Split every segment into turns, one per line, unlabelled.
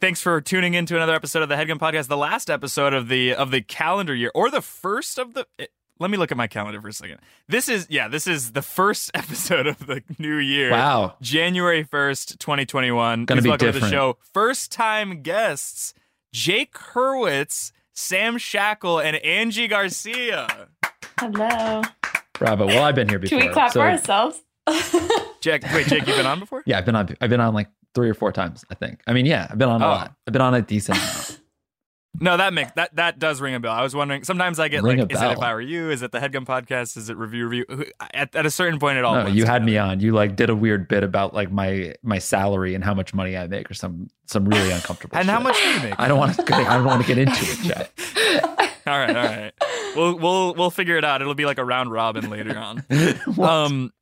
Thanks for tuning in to another episode of the Headgun Podcast, the last episode of the of the calendar year, or the first of the. eh, Let me look at my calendar for a second. This is yeah, this is the first episode of the new year.
Wow.
January first, twenty twenty one.
Gonna be
welcome to the
different.
show. First time guests: Jake Hurwitz, Sam Shackle, and Angie Garcia.
Hello.
Robert, well, I've been here before.
Can we clap
so-
for ourselves?
Jack, wait, Jake, you've been on before?
Yeah, I've been on. I've been on like three or four times, I think. I mean, yeah, I've been on a
Oh.
lot. I've been on a decent. amount.
No, that makes that that does ring a bell. I was wondering. Sometimes I get
Ring
like,
a
is it if
bell.
I were you? Is it the Headgun Podcast? Is it review review? At, at a certain point, it all.
No,
blends
you had
together.
me on. You like did a weird bit about like my my salary and how much money I make, or some some really uncomfortable.
And how
shit.
much do you make?
I don't want to. I don't want to get into it, Jack.
All right, all right. We'll we'll we'll figure it out. It'll be like a round robin later on.
What?
um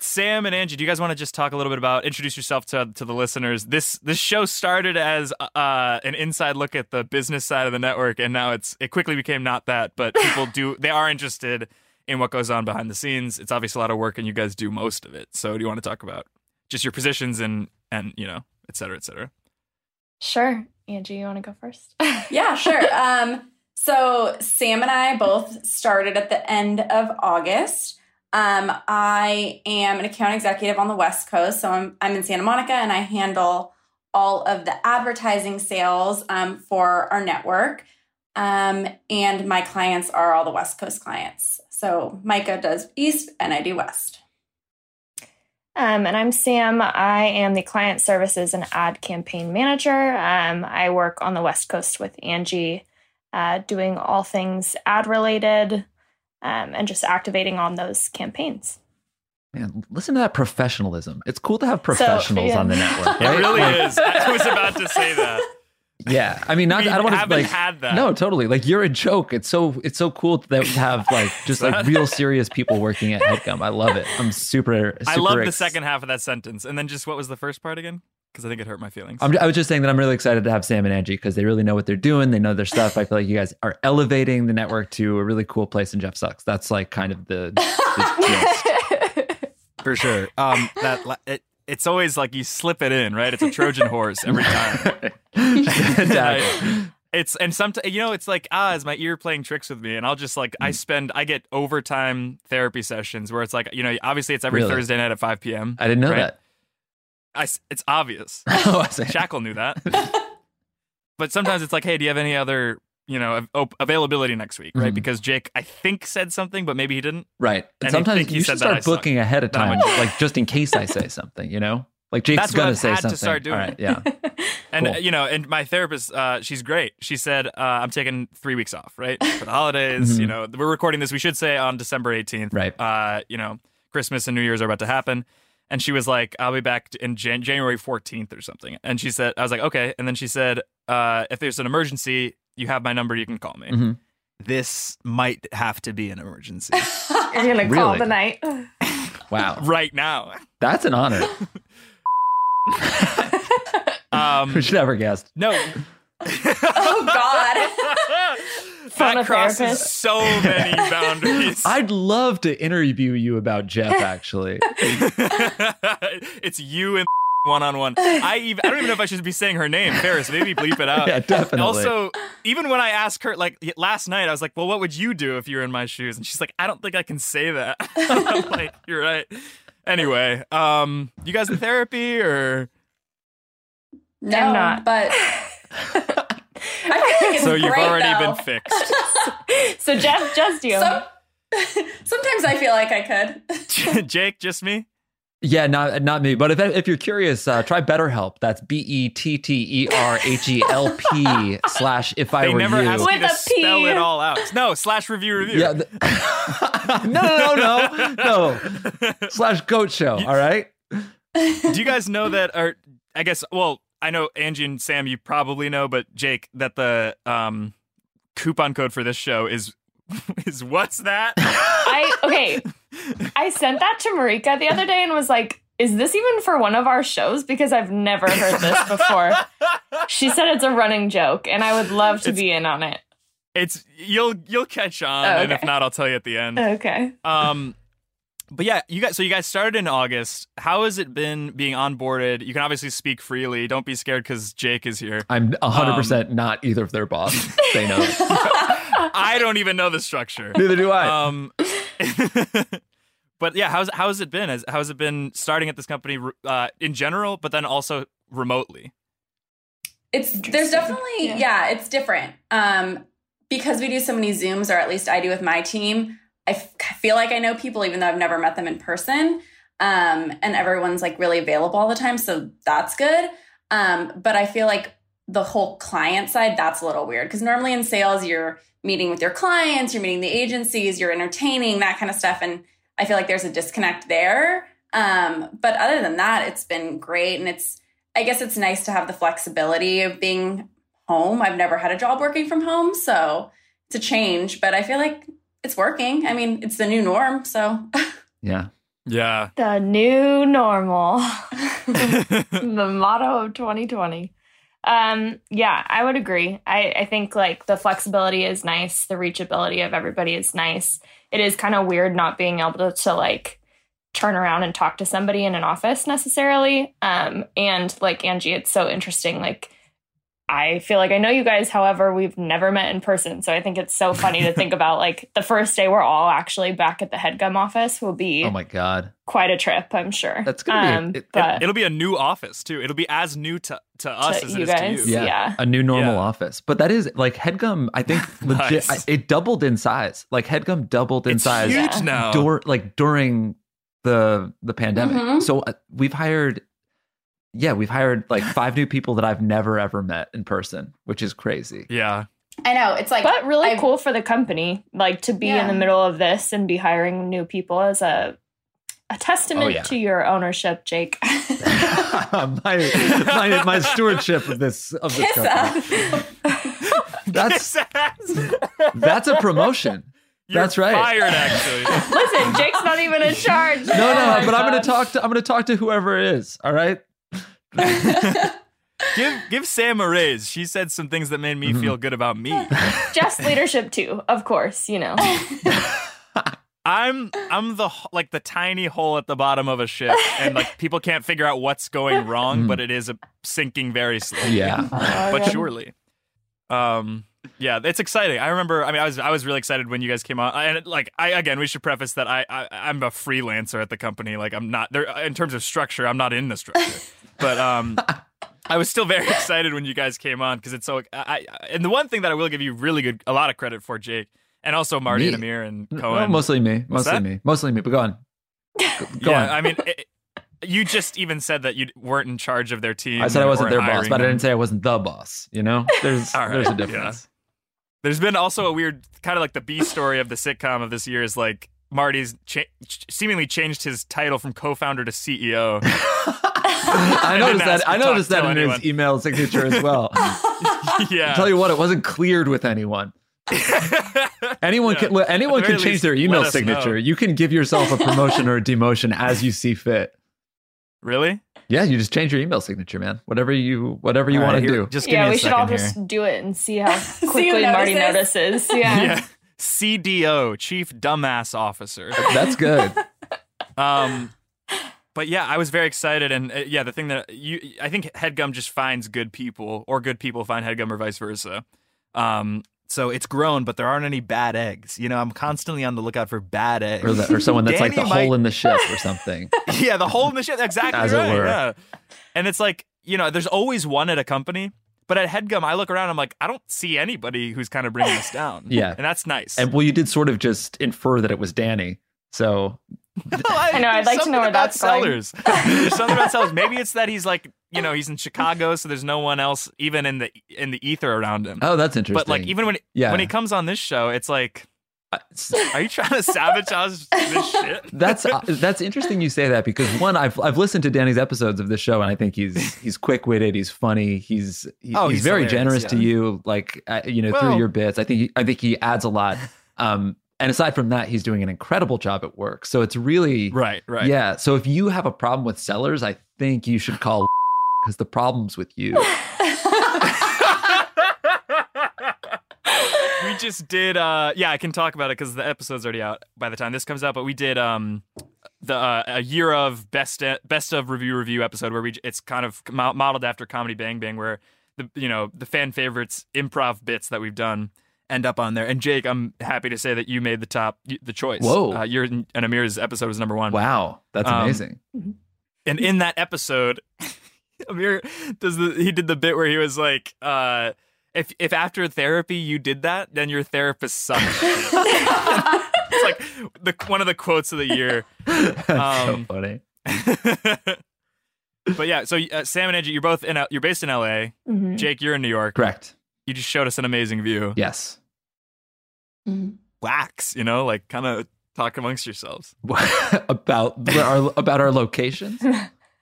Sam and Angie, do you guys want to just talk a little bit about introduce yourself to to the listeners? This this show started as uh, an inside look at the business side of the network, and now it's it quickly became not that. But people do they are interested in what goes on behind the scenes. It's obviously a lot of work, and you guys do most of it. So, do you want to talk about just your positions and and you know et cetera, et cetera?
Sure. Angie, you want to go first?
yeah, sure. Um, so Sam and I both started at the end of August. Um, I am an account executive on the West Coast, so I'm I'm in Santa Monica, and I handle all of the advertising sales um, for our network. Um, and my clients are all the West Coast clients. So Micah does East, and I do West.
Um, and I'm Sam. I am the client services and ad campaign manager. Um, I work on the West Coast with Angie, uh, doing all things ad related um, and just activating on those campaigns.
Man, listen to that professionalism. It's cool to have professionals
yeah.
on the network.
It
right?
really
Like,
is. I was about to say that.
Yeah, I mean, not.
We
I don't want to
haven't
like.
had that.
No, totally. Like you're a joke. It's so it's so cool that we have like just like real serious people working at Headgum. I love it. I'm super. super
I love the
ex-
second half of that sentence. And then just what was the first part again? Because I think it hurt my feelings.
I'm, I was just saying that I'm really excited to have Sam and Angie because they really know what they're doing. They know their stuff. I feel like you guys are elevating the network to a really cool place. And Jeff sucks. That's like kind of the. the gist.
For sure. Um, that la- it, it's always like you slip it in, right? It's a Trojan horse every time.
Exactly.
It's and sometimes you know it's like ah, is my ear playing tricks with me? And I'll just like I spend I get overtime therapy sessions where it's like you know obviously it's every
Really?
Thursday night at five p.m.
I didn't know
Right.
that.
I s it's obvious.
Oh, I see.
Shackle knew that. but sometimes it's like, hey, do you have any other, you know, av- op- availability next week, right?
Mhm.
Because Jake, I think, said something, but maybe he didn't. And
Right.
I
And
think
sometimes
he
you
said
should
that I
start
suck.
booking ahead of
That
time,
much.
like just in case I say something, you know? Like Jake's
That's what
gonna
I've
say
had to
something.
start doing.
All right, yeah.
And
Cool.
you know, and my therapist, uh, she's great. She said, uh, "I'm taking three weeks off, right, for the holidays."
Mhm.
You know, we're recording this. We should say on December 18th,
Right.
Uh, you know, Christmas and New Year's are about to happen. And she was like, "I'll be back in Jan- January 14th or something." And she said, "I was like, okay." And then she said, uh, "If there's an emergency, you have my number. You can call me."
Mhm.
This might have to be an emergency
You're going to call
call Really?
the
the
night.
Wow.
right now.
That's an honor.
Um,
we should have our guest.
no,
Oh God.
Phone
that
a
crosses
therapist.
so many boundaries.
I'd love to interview you about Jeff, actually.
it's you and one on one. I even I don't even know if I should be saying her name, Ferris. Maybe bleep it out.
yeah, definitely.
Also, even when I asked her, like y- last night, I was like, "Well, what would you do if you were in my shoes?" And she's like, "I don't think I can say that." I'm like, "You're right." Anyway, um, you guys in therapy or
No,
I'm not.
But I feel like it's
so? You've
great,
already
though.
been fixed.
so, Jeff, just you.
Some- sometimes I feel like I could.
Jake, just me.
Yeah, not not me. But if if you're curious, uh, try BetterHelp. That's B E T T E R H E L P slash. If I
They
were
never
you,
ask you
With
to
a P.
spell it all out. No, slash review review.
yeah. th- no, no, no, no, no. slash Goat Show. All right.
Do you guys know that? Or I guess, well, I know Angie and Sam, you probably know, but Jake, that the um, coupon code for this show is is what's that?
I okay. I sent that to Marika the other day and was like, "Is this even for one of our shows? Because I've never heard this before." she said it's a running joke, and I would love to be in on it.
It's you'll you'll catch on,
Oh,
and if
okay.
not, I'll tell you at the end.
Okay.
Um, but yeah, you guys. So you guys started in August. How has it been being onboarded? You can obviously speak freely. Don't be scared because Jake is here.
I'm
Um,
100 percent not either of their boss. They know.
I don't even know the structure.
Neither do I.
Um, but yeah, how's how's it been? Has how's it been starting at this company uh, in general, but then also remotely?
It's there's definitely yeah.
Yeah.
it's different. Um, because we do so many zooms, or at least I do with my team. I f- feel like I know people, even though I've never met them in person. Um, and everyone's like really available all the time, so that's good. Um, but I feel like the whole client side that's a little weird because normally in sales you're meeting with your clients, you're meeting the agencies, you're entertaining that kind of stuff, and I feel like there's a disconnect there. Um, but other than that, it's been great, and it's I guess it's nice to have the flexibility of being home. I've never had a job working from home, so it's a change, but I feel like it's working. I mean, it's the new norm, so
yeah.
Yeah.
The new normal. the motto of 2020. Um, yeah, I would agree. I, I think like the flexibility is nice, the reachability of everybody is nice. It is kind of weird not being able to, to like turn around and talk to somebody in an office necessarily. Um, and like Angie, it's so interesting. Like, I feel like I know you guys, however, we've never met in person. So I think it's so funny to think about like the first day we're all actually back at the headgum office will be
Oh my god.
quite a trip, I'm sure. Um,
That's gonna be- it- it-
but
It'll be a new office too. It'll be as new to, to us as it
you
is
guys.
to you.
Yeah.
Yeah.
A new normal
Yeah.
office. But that is like headgum, I think legit
Nice.
I- it doubled in size. Like headgum doubled in
It's
size
huge
Yeah.
now.
dur- like during the the pandemic.
Mm-hmm.
Mhm.
So uh, we've hired yeah, we've hired like five new people that I've never ever met in person, which is crazy.
yeah.
I know it's like
but really
I've-
cool for the company, like to be
Yeah.
in the middle of this and be hiring new people is a a testament
Oh, yeah.
to your ownership, Jake.
my, my my stewardship of this of this
kiss
company.
up.
That's that's a promotion.
You're
That's right.
Fired actually.
Listen, Jake's not even in charge.
No, no, but I'm gonna talk to I'm gonna talk to whoever it is. All right.
give give Sam a raise. She said some things that made me
Mm-hmm.
feel good about me.
Jeff's leadership too, of course. You know,
I'm I'm the h- like the tiny hole at the bottom of a ship, and like people can't figure out what's going wrong, but it is a, sinking very slowly.
Hmm. Yeah.
but surely. Um, yeah, it's exciting. I remember. I mean, I was I was really excited when you guys came on. I- And like, I again, we should preface that I, I I'm a freelancer at the company. Like, I'm not there in terms of structure. I'm not in the structure, but um. I was still very excited when you guys came on because it's so. I, I and the one thing that I will give you really good, a lot of credit for, Jake, and also Marty
Me?
and Amir and
Well,
Cohen.
mostly me.
What's
Mostly
that?
me. Mostly me. But go on. Go, go
yeah,
on.
I mean, it, you just even said that you weren't in charge of their team.
I said I
and
wasn't
weren't
their boss,
hiring
but I
them.
didn't say I wasn't the boss. You know, there's
All right,
there's a
yeah.
difference.
There's been also a weird kind of like the B story of the sitcom of this year is like Marty's cha- ch- seemingly changed his title from co-founder to E CEO.
I
didn't
noticed
ask
that. I
to talk
noticed that
to
in
anyone.
his email signature as well.
yeah.
I'll tell you what, it wasn't cleared with anyone. Anyone
Yeah.
can look, anyone
At the
can
very
change
least,
their email
let us know.
signature. You can give yourself a promotion or a demotion as you see fit.
really?
Yeah, you just change your email signature, man. Whatever you whatever you want to do.
Just give
yeah,
me a
we should all
second
just
here.
do it and see how
who
quickly Marty notices.
notices.
Yeah.
Yeah. CDO, Chief Dumbass Officer.
That's good.
Um, but yeah, I was very excited, and uh, yeah, the thing that you, I think Headgum just finds good people, or good people find Headgum, or vice versa. Um, so it's grown, but there aren't any bad eggs. You know, I'm constantly on the lookout for bad eggs.
Or, the, or someone that's like the
Danny
hole
might-
in the ship or something.
yeah, the hole in the ship. Exactly
As it
right.
were.
Yeah. And it's like, you know, there's always one at a company, but at Headgum, I look around, I'm like, I don't see anybody who's kind of bringing us down.
Yeah.
And that's nice.
And well, you did sort of just infer that it was Danny. So
I know, I'd like to know where that's going.
sellers. there's something about sellers. Maybe it's that he's like, you know, he's in Chicago, so there's no one else even in the in the ether around him.
Oh, that's interesting.
but like even when
Yeah.
when he comes on this show, it's like,
Uh, s-
are you trying to sabotage this shit?
that's uh, that's interesting you say that because one I've I've listened to Danny's episodes of this show and I think he's he's quick witted he's funny he's he-
Oh,
he's,
he's
very
hilarious,
generous to
yeah.
you like uh, you know through
Well-
your bits I think he, I think he adds a lot um and aside from that he's doing an incredible job at work so it's really
right, right.
yeah so if you have a problem with sellers I think you should call because the problem's with you
we just did uh yeah i can talk about it because the episode's already out by the time this comes out but we did um the uh, a year of best uh, best of review review episode where we j- it's kind of mo- modeled after comedy bang bang where the you know the fan favorites improv bits that we've done end up on there and jake i'm happy to say that you made the top y- the choice
Whoa.
uh, your and amir's episode was number one
wow that's
Um,
amazing
and in that episode, Amir does the he did the bit where he was like, uh, if if after therapy you did that, then your therapist sucks. it's like the one of the quotes of the year.
that's so
um,
funny
but yeah, so uh, Sam and Angie, you're both in L- you're based in L.A.
Mhm.
Jake, you're in New York.
correct
You just showed us an amazing view.
yes
Wax, you know, like kind of talk amongst yourselves.
about the- our about our locations.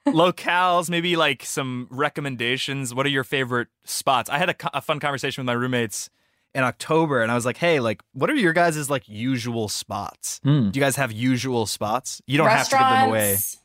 locales, maybe like some recommendations. What are your favorite spots? I had a, co- a fun conversation with my roommates in October, and I was like, "Hey, like, what are your guys' like usual spots?
Hmm.
Do you guys have usual spots? You don't have to give them away.
Restaurants.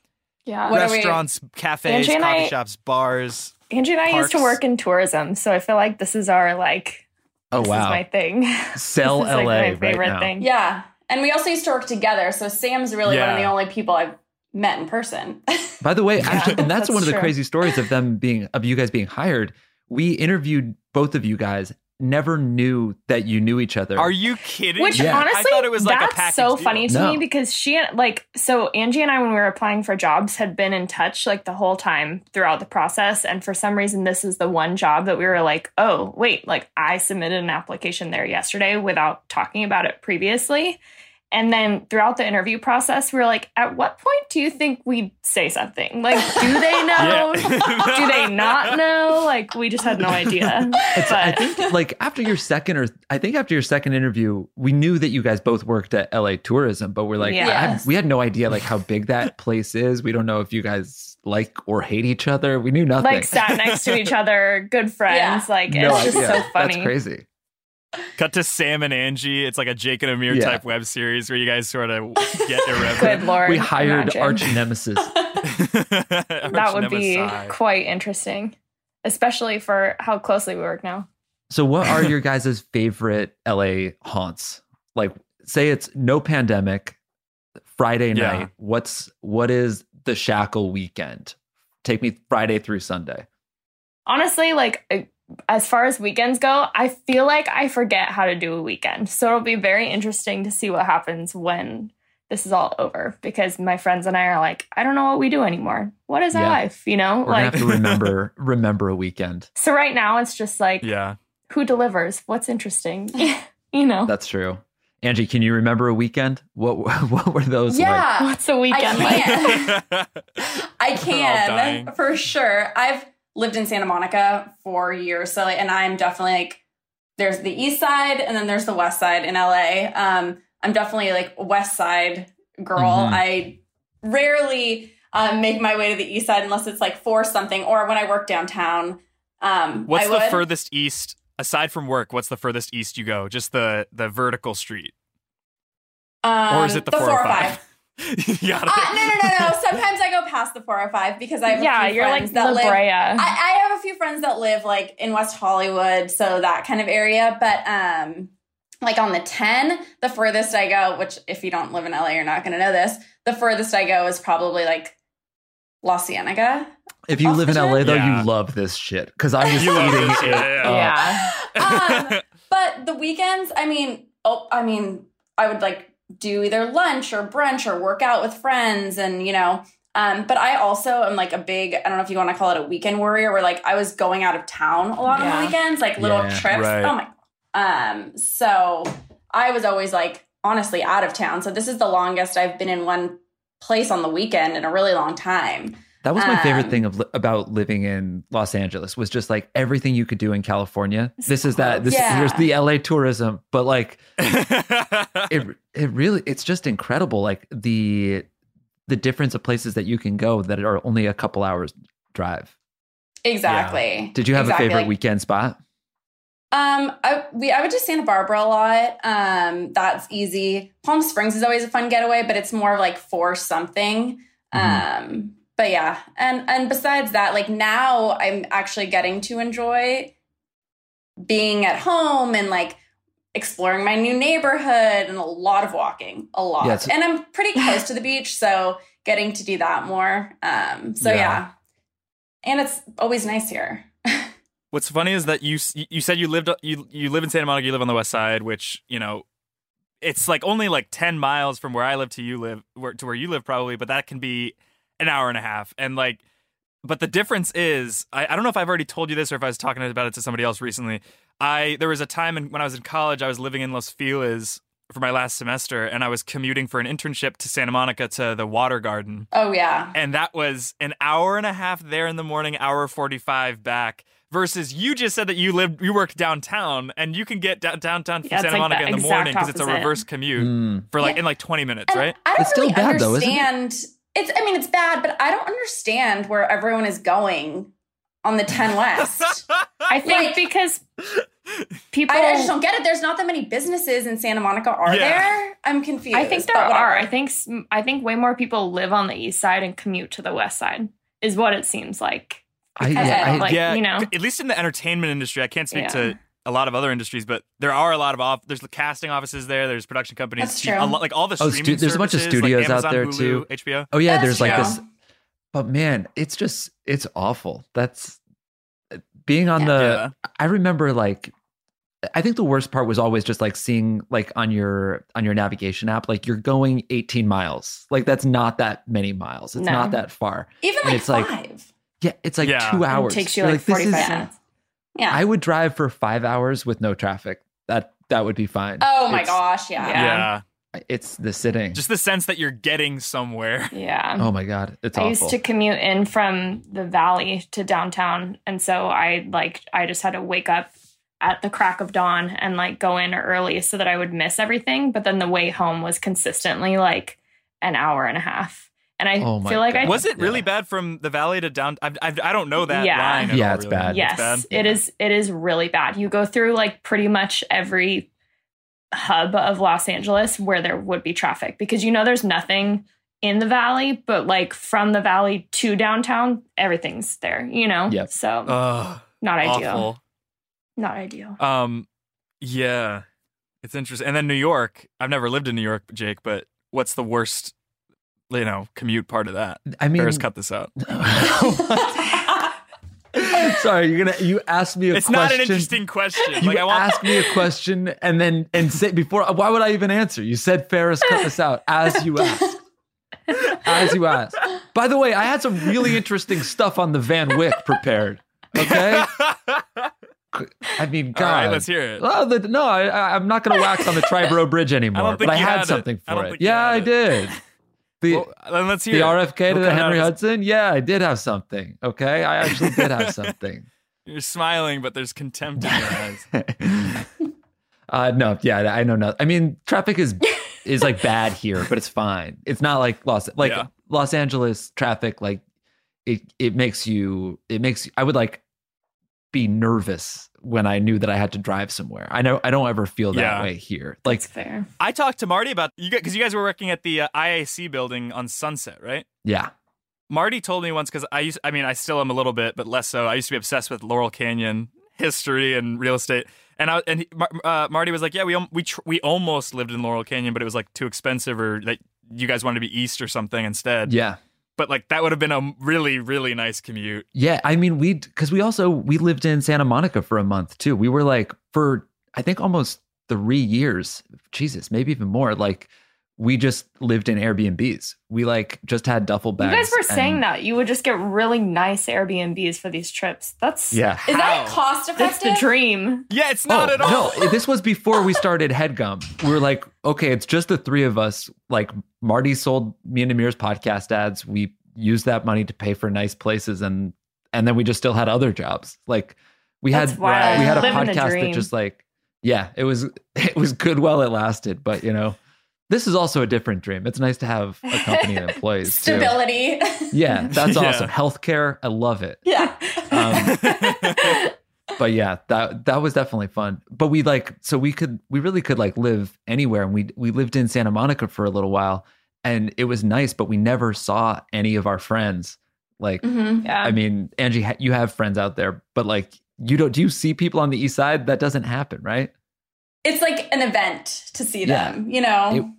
Yeah.
What are we-
Restaurants, cafes,
Angie
coffee
and I-
shops, bars.
Angie and I used to
Parks.
work in tourism, so I feel like this is our like
Oh
this is
wow!
my thing.
Sell
this is, like,
LA
my
right
favorite
now.
thing.
Yeah. And we also used to work together. So Sam's really one of
Yeah.
the only people I've met in person.
By the way, actually, and that's,
that's
one of the
true.
crazy stories of them being of you guys being hired. We interviewed both of you guys. Never knew that you knew each other.
Are you kidding?
Which
me?
honestly,
I thought it was like a
that's
package
so
deal.
funny to
No.
me because she like so Angie and I when we were applying for jobs had been in touch like the whole time throughout the process, and for some reason this is the one job that we were like, oh wait, like I submitted an application there yesterday without talking about it previously. And then throughout the interview process, we were like, at what point do you think we say something? Like, do they know?
Yeah.
do they not know? Like, we just had no idea.
I
But
think like after your second or I think after your second interview, we knew that you guys both worked at LA Tourism, but we're like,
Yeah.
I have- we had no idea like how big that place is. We don't know if you guys like or hate each other. We knew nothing.
like sat next to each other, good friends. Like
no
it's just
idea.
so funny.
That's crazy.
Cut to Sam and Angie. It's like a Jake and Amir
Yeah.
type web series where you guys sort of get
Good
irreverent.
lord.
we hired
imagine.
arch nemesis.
That would be quite interesting. Especially for how closely we work now.
So, what are your guys' favorite LA haunts? Like, say it's no pandemic, Friday
Yeah.
night. What's what is the shackle weekend? Take me Friday through Sunday.
Honestly, like I- as far as weekends go, I feel like I forget how to do a weekend. So it'll be very interesting to see what happens when this is all over because my friends and I are like, I don't know what we do anymore. What is
Yeah.
our life? You know?
We're gonna
like
have to remember remember a weekend.
so right now it's just like
Yeah.
who delivers? What's interesting? you know.
That's true. Angie, can you remember a weekend? What what were those? Like?
yeah.
What's a
I
weekend like?
can. I
dying.
can for sure. I've lived in Santa Monica for years, so like, and I'm definitely like there's the east side and then there's the west side in LA. Um, I'm definitely like a west side girl.
Mm-hmm.
Mhm.
I rarely um, make my way to the east side unless it's like for something or when I work downtown. Um,
What's
I
the
would.
furthest east aside from work? What's the furthest east you go? Just the the vertical street,
Um,
or is it the,
four or
405? you got it.
Uh, no, no, no, no. Sometimes I go past the 405 because I have a
yeah,
few
you're
friends
like
that
La Brea.
live I, I have a few friends that live like in West Hollywood, so that kind of area. But um, like on the 10, the furthest I go, which if you don't live in LA, you're not going to know this. The furthest I go is probably like La Cienega.
If you
Off
live in
the
LA though,
Yeah.
you love this shit because I'm just
You love
eating
this
it.
shit, yeah.
up.
yeah.
Um, but the weekends, I mean, oh, I mean, I would like do either lunch or brunch or work out with friends and, you know, um, but I also am like a big, I don't know if you want to call it a weekend warrior where like I was going out of town a lot on
Yeah.
the weekends, like little
Yeah,
trips.
right.
Oh my. Um, so I was always like honestly out of town. So this is the longest I've been in one place on the weekend in a really long time.
That was my favorite
Um,
thing of li- about living in Los Angeles was just like everything you could do in California. This is that. This
Yeah.
is, here's the LA tourism, but like
Um,
it, it really, it's just incredible. Like the the difference of places that you can go that are only a couple hours drive.
Exactly.
Did you have
Exactly.
a favorite
Like,
weekend spot?
Um, I we I would do Santa Barbara a lot. Um, that's easy. Palm Springs is always a fun getaway, but it's more of like for something. Um, but yeah, and and besides that, like now I'm actually getting to enjoy being at home and like exploring my new neighborhood and a lot of walking, a lot.
Yeah, it's-
and I'm pretty close to the beach, so getting to do that more. Um, so
Yeah.
yeah, and it's always nice here.
What's funny is that you s- you said you lived you you live in Santa Monica, you live on the West Side, which you know, it's like only like ten miles from where I live to you live where, to where you live probably, but that can be an hour and a half. And like, but the difference is, I, I don't know if I've already told you this or if I was talking about it to somebody else recently. I there was a time in, when I was in college, I was living in Los Feliz for my last semester, and I was commuting for an internship to Santa Monica to the Water Garden
Oh yeah.
and that was an hour and a half there in the morning, hour 45 back. Versus you just said that you lived, you worked downtown, and you can get down, downtown from
Yeah, it's
Santa
like
Monica
the
in the
exact
morning because it's a
opposite.
reverse commute
Mm.
for like in like 20 minutes,
And
right?
I don't
It's still
really
bad, though, isn't it?
understand. It's I mean it's bad, but I don't understand where everyone is going on the 10 West.
I think
Like-
because people.
I, I just don't get it. There's not that many businesses in Santa Monica, are
Yeah.
there? I'm confused.
I think
but
there
whatever.
are. I think s- I think way more people live on the east side and commute to the west side is what it seems like.
I,
Because
yeah,
I
I,
don't like-
yeah,
you know.
c- at least in the entertainment industry, I can't speak
Yeah.
to a lot of other industries, but there are a lot of off. There's the casting offices there. There's production companies.
That's
you- a
true.
lot- like all the
Oh,
streaming
stu- there's a bunch of
services, like
studios out
Amazon,
there,
Hulu,
too.
HBO.
oh yeah,
That's
there's like
true.
this but man it's just it's awful that's eh, being on the i remember like i think the worst part was always just like seeing like on your on your navigation app like you're going 18 miles like that's not that many miles it's
No.
not that far
even
and
like
it's like-
five.
yeah it's like
Yeah.
two
It
hours
takes you
You're
like
this
45
is-
minutes.
yeah.
i would drive for five hours with no traffic that that would be fine
oh my
It's-
gosh, yeah.
Yeah.
yeah,
it's the sitting
just the sense that you're getting somewhere.
Yeah.
oh my god it's
I
awful
used to commute in from the valley to downtown, and so I like I just had to wake up at the crack of dawn and like go in early so that I would miss everything. But then the way home was consistently like an hour and a half, and I
Oh my
feel like I
God.
Was it really
Yeah.
bad from the valley to down? I, I, I don't know that
Yeah.
line. At
Yeah,
all,
it's
really.
bad.
yes
bad?
it is it is really bad you go through like pretty much every hub of los angeles where there would be traffic because you know there's nothing in the valley but like from the valley to downtown everything's there you know
Yep.
so
Ugh,
not ideal
Uh, awful.
not ideal
Um, yeah, it's interesting. And then New York. I've never lived in New York, Jake. But what's the worst? You know, commute part of that.
i mean
Ferris, cut this out.
Sorry, you're gonna you asked me a
It's
question.
not an interesting question.
You
Like I want.
asked me a question and then and say before why would I even answer? You said Ferris cut this out as you asked. As you asked. By the way, I had some really interesting stuff on the Van Wyck prepared. Okay, I mean, God.
All right, let's hear it.
Oh, the, no, I- I, I'm not going to wax on the Triborough Bridge anymore.
think
but I
you
had,
had it.
something
I don't
for it.
think you
Yeah,
had
I
it.
did. The
Well, then let's hear
the
it.
RFK to
We'll
the
cut it out
Henry
of-
Hudson. Yeah, I did have something. Okay, I actually did have something.
You're smiling, but there's contempt in your eyes.
Uh, no, yeah, I know not. I mean, traffic is is like bad here, but it's fine. It's not like Los like
Yeah.
Los Angeles traffic. Like it it makes you it makes I would like be nervous when I knew that I had to drive somewhere. I know I don't ever feel that
Yeah.
way here. Like
it's fair
I talked to Marty about you because you guys were working at the uh, IAC building on Sunset, right?
yeah,
Marty told me once because I used, I mean, I still am a little bit, but less so. I used to be obsessed with Laurel Canyon history and real estate. And I and he, Mar- uh, Marty was like, "Yeah, we al- we tr- we almost lived in Laurel Canyon, but it was like too expensive, or like you guys wanted to be east or something instead."
yeah.
But like that would have been a really really nice commute.
Yeah, I mean we because we also we lived in Santa Monica for a month too. We were like for I think almost three years, Jesus, maybe even more. Like we just lived in Airbnbs. We like just had duffel
You
bags.
guys were
and-
saying that you would just get really nice Airbnbs for these trips. That's
Yeah.
Is that
How?
cost
that's
effective?
the dream.
Yeah, it's not
oh,
at all.
No, this was before we started Headgum. We were like, okay, it's just the three of us. Like Marty sold me and Amir's podcast ads. We used that money to pay for nice places and and then we just still had other jobs. Like we
That's
had
wild.
we had a
Living the
podcast that
dream.
just like yeah, it was it was good while it lasted, but you know, this is also a different dream. It's nice to have a company of employees too.
Stability.
Yeah, that's
Yeah.
awesome. Healthcare, I love it.
yeah.
Um, but yeah, that that was definitely fun. But we like so we could we really could like live anywhere, and we we lived in Santa Monica for a little while, and it was nice. But we never saw any of our friends. Like
Mm-hmm.
Mhm.
Yeah.
I mean, Angie, ha- you have friends out there, but like you don't. Do you see people on the east side? That doesn't happen, right?
It's like an event to see
Yeah.
them, you know?
It-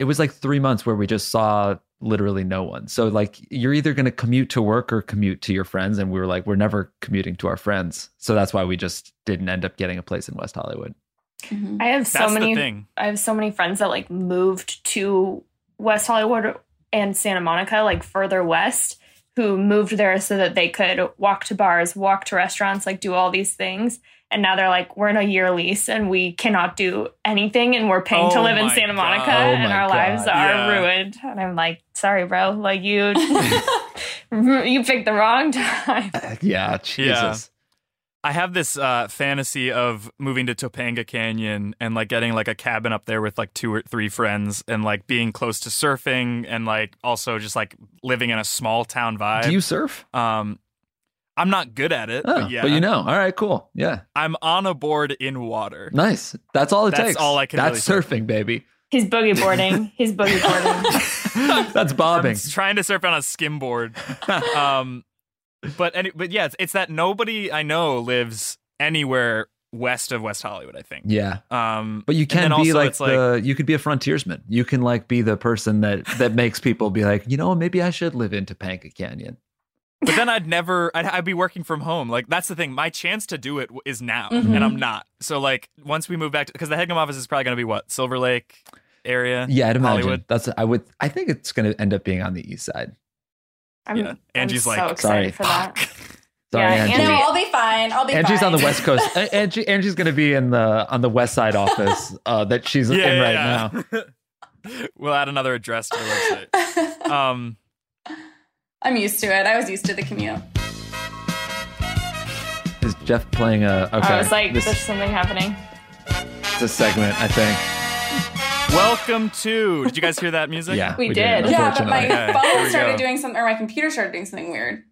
It was like three months where we just saw literally no one. So like you're either going to commute to work or commute to your friends, and we were like, we're never commuting to our friends. So that's why we just didn't end up getting a place in West Hollywood.
Mhm.
I have so
That's
many
the thing.
I have so many friends that like moved to West Hollywood and Santa Monica, like further west, who moved there so that they could walk to bars, walk to restaurants, like do all these things. And now they're like, we're in a year lease and we cannot do anything and we're paying to
Oh
live in
my
Santa Monica
God.
Oh
and
my
our lives
God.
are
Yeah.
ruined. And I'm like, sorry, bro, like you you picked the wrong time.
Yeah,
Yeah.
Jesus.
I have this uh, fantasy of moving to Topanga Canyon and like getting like a cabin up there with like two or three friends and like being close to surfing and like also just like living in a small town vibe.
Do you surf?
um, I'm not good at it,
Oh,
but yeah,
but you know. All right, cool. Yeah,
I'm on a board in water.
nice. That's all it
That's
takes.
all I can
That's
really
surfing, baby.
He's boogie boarding. He's boogie boarding.
That's bobbing.
I'm trying to surf on a skimboard. um, but any, but yeah, it's, it's that nobody I know lives anywhere west of West Hollywood. I think.
yeah,
Um,
but you
and then
can be
also
like,
it's like
the. You could be a frontiersman. You can like be the person that that makes people be like, you know, maybe I should live in Topanga Canyon.
but then I'd never, I'd, I'd be working from home. Like that's the thing. My chance to do it w- is now,
Mhm.
Mm-hmm.
and I'm not. So like once we move back, because the Headgum office is probably going to be what Silver Lake area.
Yeah, I'd imagine
Hollywood.
that's. I would. I think it's going to end up being on the east side.
I'm,
Yeah. Angie's
I'm
like,
so
sorry.
excited for that.
Sorry,
Yeah,
Angie.
no,
Angie-
I'll be fine. I'll be
Angie's
fine.
on the west coast. Uh, A- Angie, Angie's going to be in the on the west side office uh, that she's
Yeah,
in
yeah,
right now.
yeah. we'll add another address to the website. Um,
I'm used to it. I was used to the commute.
Is Jeff playing a? Okay,
I was like,
this
there's something happening.
is a segment. I think.
welcome to. Did you guys hear that music?
Yeah,
We did.
Yeah, but my
Okay,
unfortunately.
here
phone
we
started
go.
doing something, or my computer started doing something weird.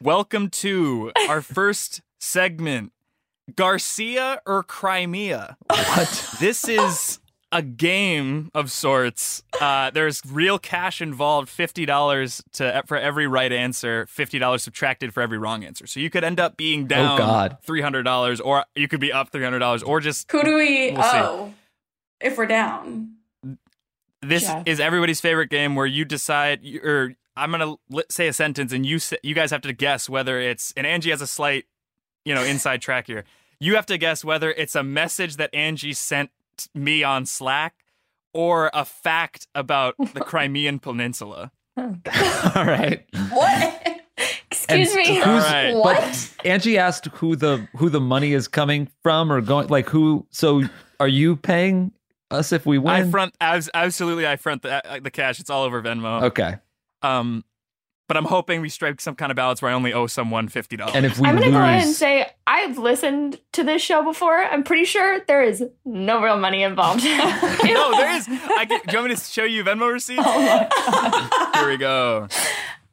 Welcome to our first segment Garcia or Crimea.
What?
This is a game of sorts. Uh, there's real cash involved $50 to, for every right answer, $50 subtracted for every wrong answer. So you could end up being down
God.
$300 or you could be up $300 or just
Who do we
We'll see.
owe if we're down?
This
Jeff.
is everybody's favorite game where you decide, or I'm gonna li- say a sentence, and you s you guys have to guess whether it's. And Angie has a slight, you know, inside track here. You have to guess whether it's a message that Angie sent me on Slack or a fact about the Crimean Peninsula.
All right.
What?
Excuse
And
me.
Who's,
right.
But Angie asked who the who the money is coming from or going like who. So are you paying us if we win?
I front abs- absolutely. I front the, uh, the cash. It's all over Venmo.
okay.
Um, but I'm hoping we strike some kind of balance where I only owe someone fifty dollars.
And if we
I'm
lose,
gonna go ahead and say I've listened to this show before. I'm pretty sure there is no real money involved.
no, there is. I can, do you want me to show you Venmo receipts? Here we go.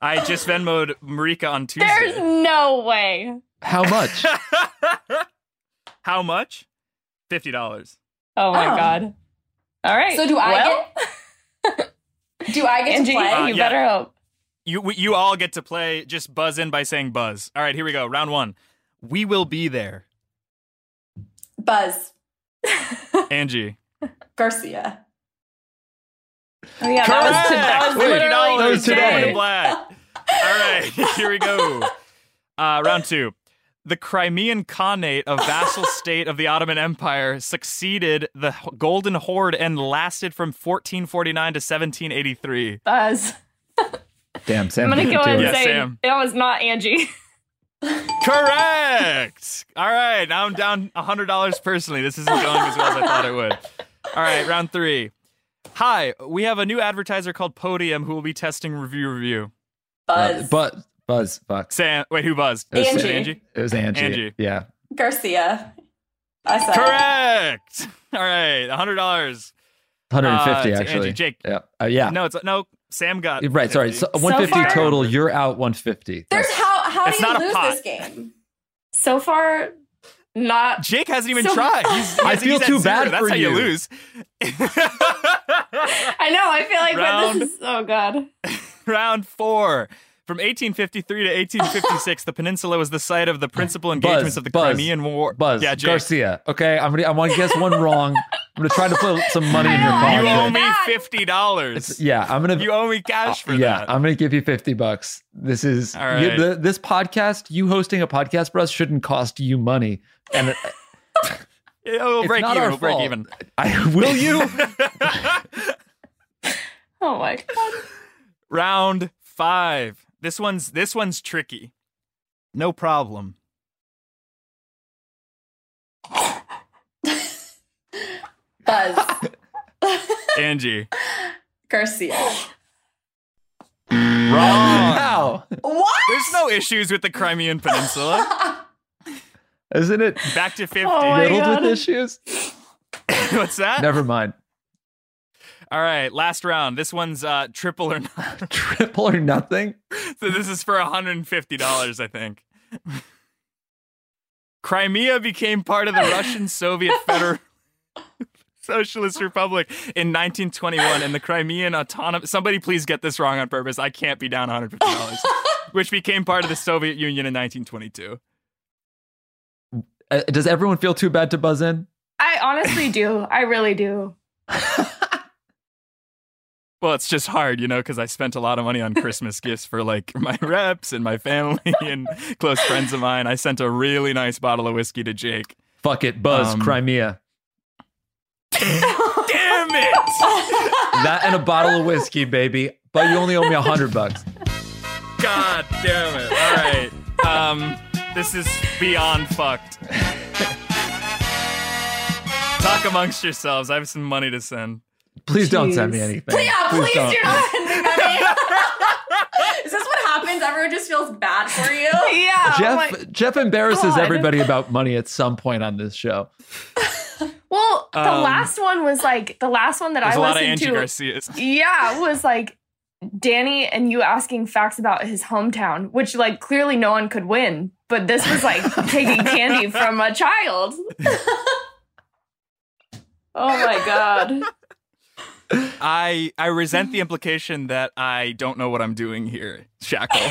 I just Venmoed Marika on Tuesday.
There's no way.
how much?
How much? Fifty dollars.
Oh my
Oh.
god. All right.
So do I
Well,
get? Do I get
Angie,
to play?
Uh,
you
yeah.
better hope.
You we- you all get to play. Just buzz in by saying buzz. All right, here we go. Round one. We will be there.
Buzz
Angie.
Garcia.
Oh, yeah, that was, that was
Correct!
literally
$50
That was
Roman
today.
Blatt. All right, here we go. Uh, round two. the Crimean Khanate, a vassal state of the Ottoman Empire, succeeded the H- Golden Horde and lasted from 1449 to 1783.
Buzz.
Damn,
I'm
Sam.
gonna
you
go
can
and
do it.
Yeah,
say
Sam.
that was not Angie.
Correct. All right, now I'm down $100 personally. This isn't going as well as I thought it would. All right, round three. Hi, we have a new advertiser called Podium who will be testing review review.
Uh,
Buzz.
Buzz. Buzz. Fuck.
Sam, wait, who buzzed?
It was
Angie.
Sam. It was Angie.
Angie.
Yeah.
Garcia. I said
Correct. All right, $100.
150
Uh, to
actually.
Angie, Jake.
Yeah. Uh, yeah.
No, it's no. Sam got
Right. Sorry.
50.
So 150
far-
total. You're out 150.
There's how how
It's
do you
not a
lose
pot.
this game?
So far, not
Jake hasn't even
So-
tried. He's,
I
he's-
feel
he's at
too
zero.
bad
That's
for
how you,
you.
lose.
I know. I feel like but
Round.
this is oh god.
Round four. From 1853 to 1856, the peninsula was the site of the principal engagements of the
Buzz,
Crimean War.
Buzz.
yeah, Jake.
Garcia. Okay. I'm gonna. I want to guess one wrong. I'm gonna try to put some money in your
I
You
know,
owe
pocket.
me
Bad.
fifty dollars.
Yeah. I'm gonna.
You owe me cash for
yeah,
that.
I'm gonna give you fifty bucks. This is
All right.
you, the, this podcast. You hosting a podcast for us shouldn't cost you money, and
It'll
it's
break
not
even.
our
It'll break
fault.
even.
I will you.
Oh my god.
Round five. This one's this one's tricky. No problem.
Buzz.
Angie.
Garcia.
Wrong.
How
What?
There's no issues with the Crimean Peninsula.
isn't it
Back to 50.
Oh my
riddled
God.
with issues?
What's that?
Never mind.
All right, last round. This one's uh, triple or not.
Triple or nothing.
So this is for $150, I think. Crimea became part of the Russian Soviet Federal Socialist Republic in 1921, and the Crimean Autonomous. Somebody please get this wrong on purpose. I can't be down $150. which became part of the Soviet Union in 1922.
Uh, does everyone feel too bad to buzz in?
I honestly do. I really do.
Well, it's just hard, you know, because I spent a lot of money on Christmas gifts for like my reps and my family and close friends of mine. I sent a really nice bottle of whiskey to Jake.
Fuck it, buzz
Um,
Crimea.
Damn it!
That and a bottle of whiskey, baby. But you only owe me a hundred bucks.
God damn it. All right. Um, this is beyond fucked. Talk amongst yourselves. I have some money to send.
Please don't send
Jeez.
me anything.
Yeah, please,
don't.
do not send me money. Is this what happens? Everyone just feels bad for you.
Yeah. oh
Jeff
like-
Jeff embarrasses
God.
everybody about money at some point on this show.
well, the
Um,
last one was like the last one that
There's
I
a lot of
listened
Angie
to.
Garcias.
Yeah, was like Danny and you asking facts about his hometown, which like clearly no one could win. But this was like taking candy from a child. oh my god.
I I resent the implication that I don't know what I'm doing here, Shackle.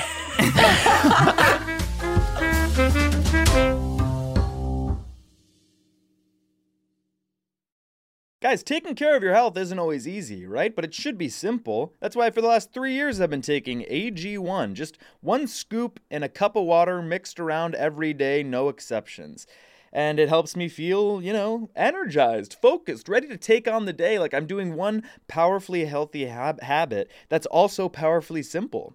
Guys, taking care of your health isn't always easy, right? But it should be simple. That's why for the last three years I've been taking AG1, just one scoop in a cup of water mixed around every day, no exceptions. And it helps me feel, you know, energized, focused, ready to take on the day like I'm doing one powerfully healthy hab- habit that's also powerfully simple.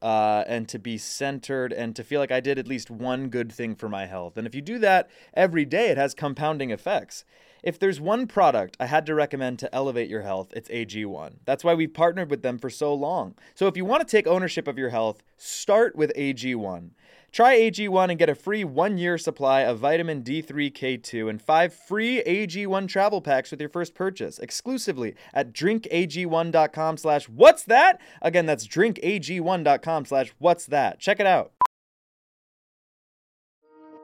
uh, and to be centered and to feel like I did at least one good thing for my health. And if you do that every day, it has compounding effects. If there's one product I had to recommend to elevate your health, it's AG1. That's why we've partnered with them for so long. So if you want to take ownership of your health, start with AG1. Try AG1 and get a free one year supply of vitamin D3K2 and five free AG1 travel packs with your first purchase exclusively at drinkag1.com slash what's that? Again, that's drinkag1.com slash what's that. Check it out.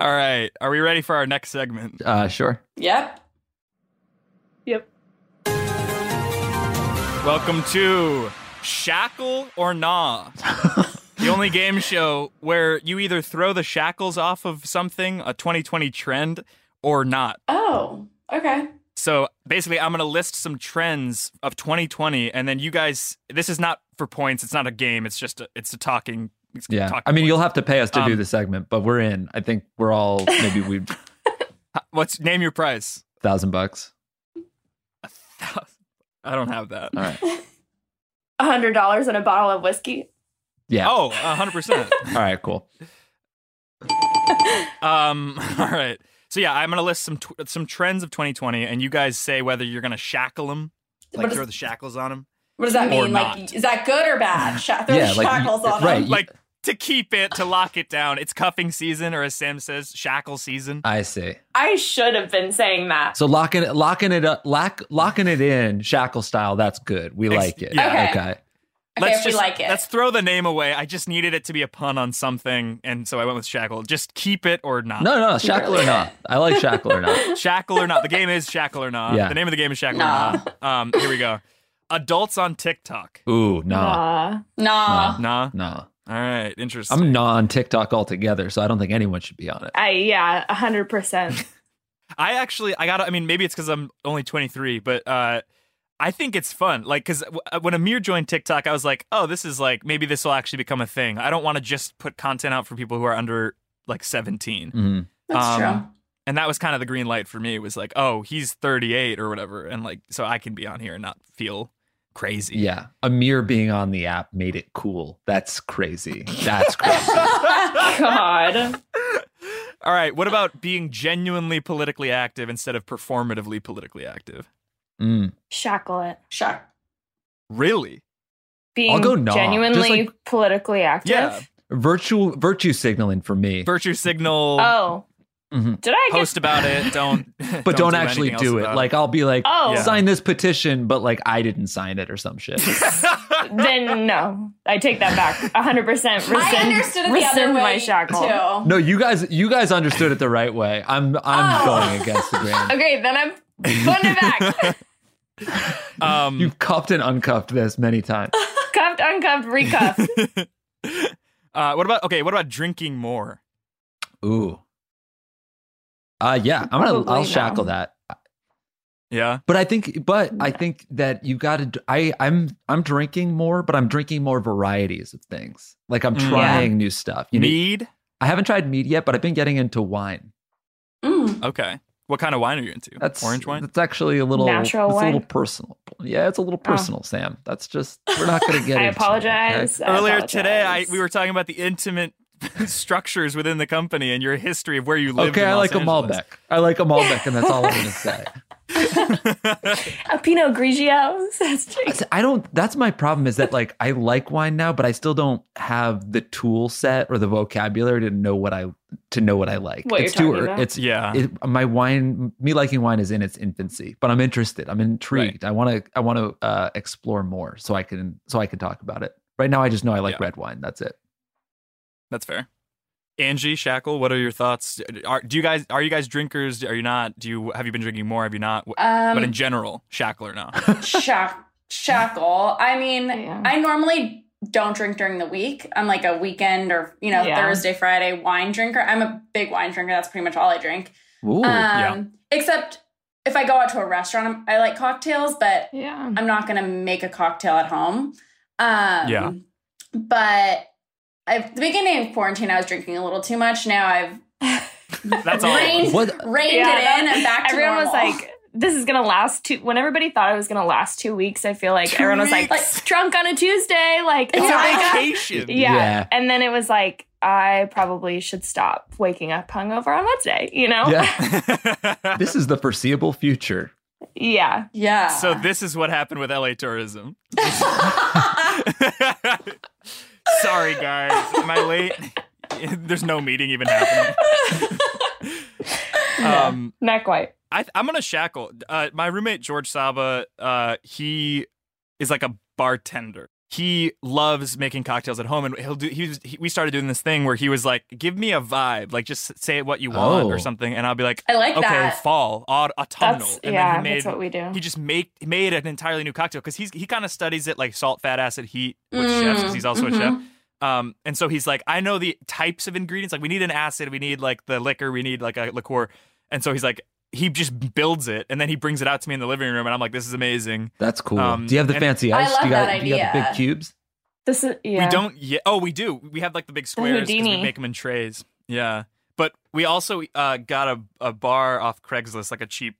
All right. Are we ready for our next segment?
Uh, sure.
Yep.
Yep.
Welcome to Shackle or Nah. the only game show where you either throw the shackles off of something, a 2020 trend, or not.
Oh, okay.
So basically, I'm going to list some trends of 2020, and then you guys. This is not for points. It's not a game. It's just a, it's a talking. It's
Yeah.
talking
I mean,
points.
you'll have to pay us to do
Um,
the segment, but we're in. I think we're all maybe we
Ha- What's name your price?
thousand bucks.
I don't have that.
All right.
A hundred dollars and a bottle of whiskey.
Yeah.
Oh, 100 percent.
All right. Cool.
Um. All right. So yeah, I'm gonna list some tw- some trends of 2020, and you guys say whether you're gonna shackle them,
What
like
is-
throw the shackles on them,
What does that
Or
mean?
not.
Like, is that good or bad? Sha- throw
Yeah, like,
shackles on
right.
them.
You-
like to keep it, to lock it down. It's cuffing season, or as Sam says, shackle season.
I see.
I should have been saying that.
So locking it, locking it up, lock, locking it in shackle style. That's good. We
Ex-
like it.
yeah.
Okay.
okay.
Okay,
let's
if
just
we like it.
let's throw the name away. I just needed it to be a pun on something, and so I went with shackle. Just keep it or not.
No, no, shackle or not. I like shackle or not.
Shackle or not. The game is shackle or not.
Yeah.
The name of the game is shackle
Nah.
or not. Um. Here we go. Adults on TikTok.
Ooh, nah,
Aw.
nah.
Nah.
nah.
All right. Interesting.
I'm not on TikTok altogether, so I don't think anyone should be on it.
I yeah, a hundred percent.
I actually, I gotta, I mean, maybe it's because I'm only 23, but uh, I think it's fun. Like, because w- uh, when Amir joined TikTok, I was like, oh, this is like, maybe this will actually become a thing. I don't want to just put content out for people who are under like 17.
Mhm.
That's
Um, And that was kind of the green light for me. It was like, oh, he's 38 or whatever. And like, so I can be on here and not feel crazy.
Yeah, Amir being on the app made it cool. That's crazy. That's crazy.
God.
All right. What about being genuinely politically active instead of performatively politically active?
Mm.
Shackle it.
true. Shack.
Really?
Being
I'll go nah. Just
genuinely
like-
politically active.
Yeah.
Virtual virtue signaling for me.
Virtue signal.
Oh.
Mhm.
Did I
post about it. Don't,
but don't, actually
anything
do
else
it.
about
Like I'll be like,
Oh.
Yeah.
sign this petition, but like I didn't sign it or some shit.
get then no. I take that back. A hundred percent rescind,
I understood it the
rescind
other way
my shackle.
too.
no, you guys, you guys understood it the right way. I'm, I'm
Oh.
going against the grain.
Okay, then I'm putting it back.
um,
You've cuffed and uncuffed this many times.
Cuffed, uncuffed, recuffed.
uh, what about okay? What about drinking more?
Ooh. Uh yeah, I'm gonna
Probably
I'll
no.
shackle that.
Yeah,
But I think but I
Yeah.
think that you gotta d- I I'm I'm drinking more, but I'm drinking more varieties of things. Like I'm
Mm. Yeah.
trying new stuff. You know,
mead.
I haven't tried mead yet, but I've been getting into wine.
Mm.
Okay, what kind of wine are you into?
That's
Orange wine.
That's actually a little
Natural
it's a little
wine? Oh.
personal. Yeah, it's a little personal, Sam. That's just we're not gonna get into it,
I
okay?
apologize. I
Earlier
apologize.
today, I, we were talking about the intimate structures within the company and your history of where you lived.
Okay,
in
I
Los
like a Malbec. I like a Malbec, and that's all I'm gonna say.
Angeles.
a Pinot Grigio. says Jake.
That's- I don't. That's my problem. Is that like I like wine now, but I still don't have the tool set or the vocabulary to know what I to know what I like.
What
it's
you're
too.
talking
ear-
about.
It's
yeah.
it, my wine. Me liking wine is in its infancy, but I'm interested. I'm intrigued. I want to. I want to uh, explore more, so I can. So I can talk about it. Right now, I just know I like
Yeah.
red wine. That's it.
That's fair. Angie Shackle, what are your thoughts? Are do you guys are you guys drinkers? Are you not? Do you have you been drinking more? Have you not? Wh- but in
Um,
general, shackle or not?
shack, shackle. I mean,
Yeah.
I normally don't drink during the week. I'm like a weekend or you know
Yeah.
Thursday, Friday wine drinker. I'm a big wine drinker. That's pretty much all I drink.
Ooh,
Um, Except if I go out to a restaurant, I'm- I like cocktails, but
Yeah.
I'm not gonna make a cocktail at home. Um,
Yeah.
But at the beginning of quarantine, I was drinking a little too much. Now I've
That's all.
reined,
What-
reined
Yeah,
it in
that-
and back to
Everyone was
normal.
like, this is gonna last two. When everybody thought it was gonna last two weeks, I feel like
Two
everyone was like,
weeks?
like drunk on a Tuesday, like
It's
oh my
a
God.
vacation.
Yeah.
Yeah.
and then it was like I probably should stop waking up hungover on Wednesday. You know?
Yeah. this is the foreseeable future.
yeah.
Yeah.
so this is what happened with LA tourism. Sorry guys, am I late? There's no meeting even happening. um,
Not quite.
I, I'm gonna shackle. Uh, my roommate George Saba, uh, he is like a bartender. He loves making cocktails at home, and he'll do. He, was, he we started doing this thing where he was like, "Give me a vibe, like just say what you want
Oh.
or something," and I'll be like,
I like
"Okay,
that.
fall, aut- autumnal."
That's
and
yeah.
then he made
that's what we do.
he just made he made an entirely new cocktail because he's he kind of studies it like salt, fat, acid, heat with
Mm,
chefs because he's also a chef.
mhm.
Um, and so he's like, I know the types of ingredients. Like we need an acid, we need like the liquor, we need like a liqueur. And so he's like, he just builds it and then he brings it out to me in the living room, and I'm like, this is amazing.
That's cool.
Um,
do you have the
and-
fancy
I
ice?
love
do you got,
that
do you got the
idea.
big cubes?
this is yeah.
We don't yet. Oh, we do. We have like the big squares 'cause we
Houdini.
make them in trays. Yeah, but we also uh, got a a bar off Craigslist, like a cheap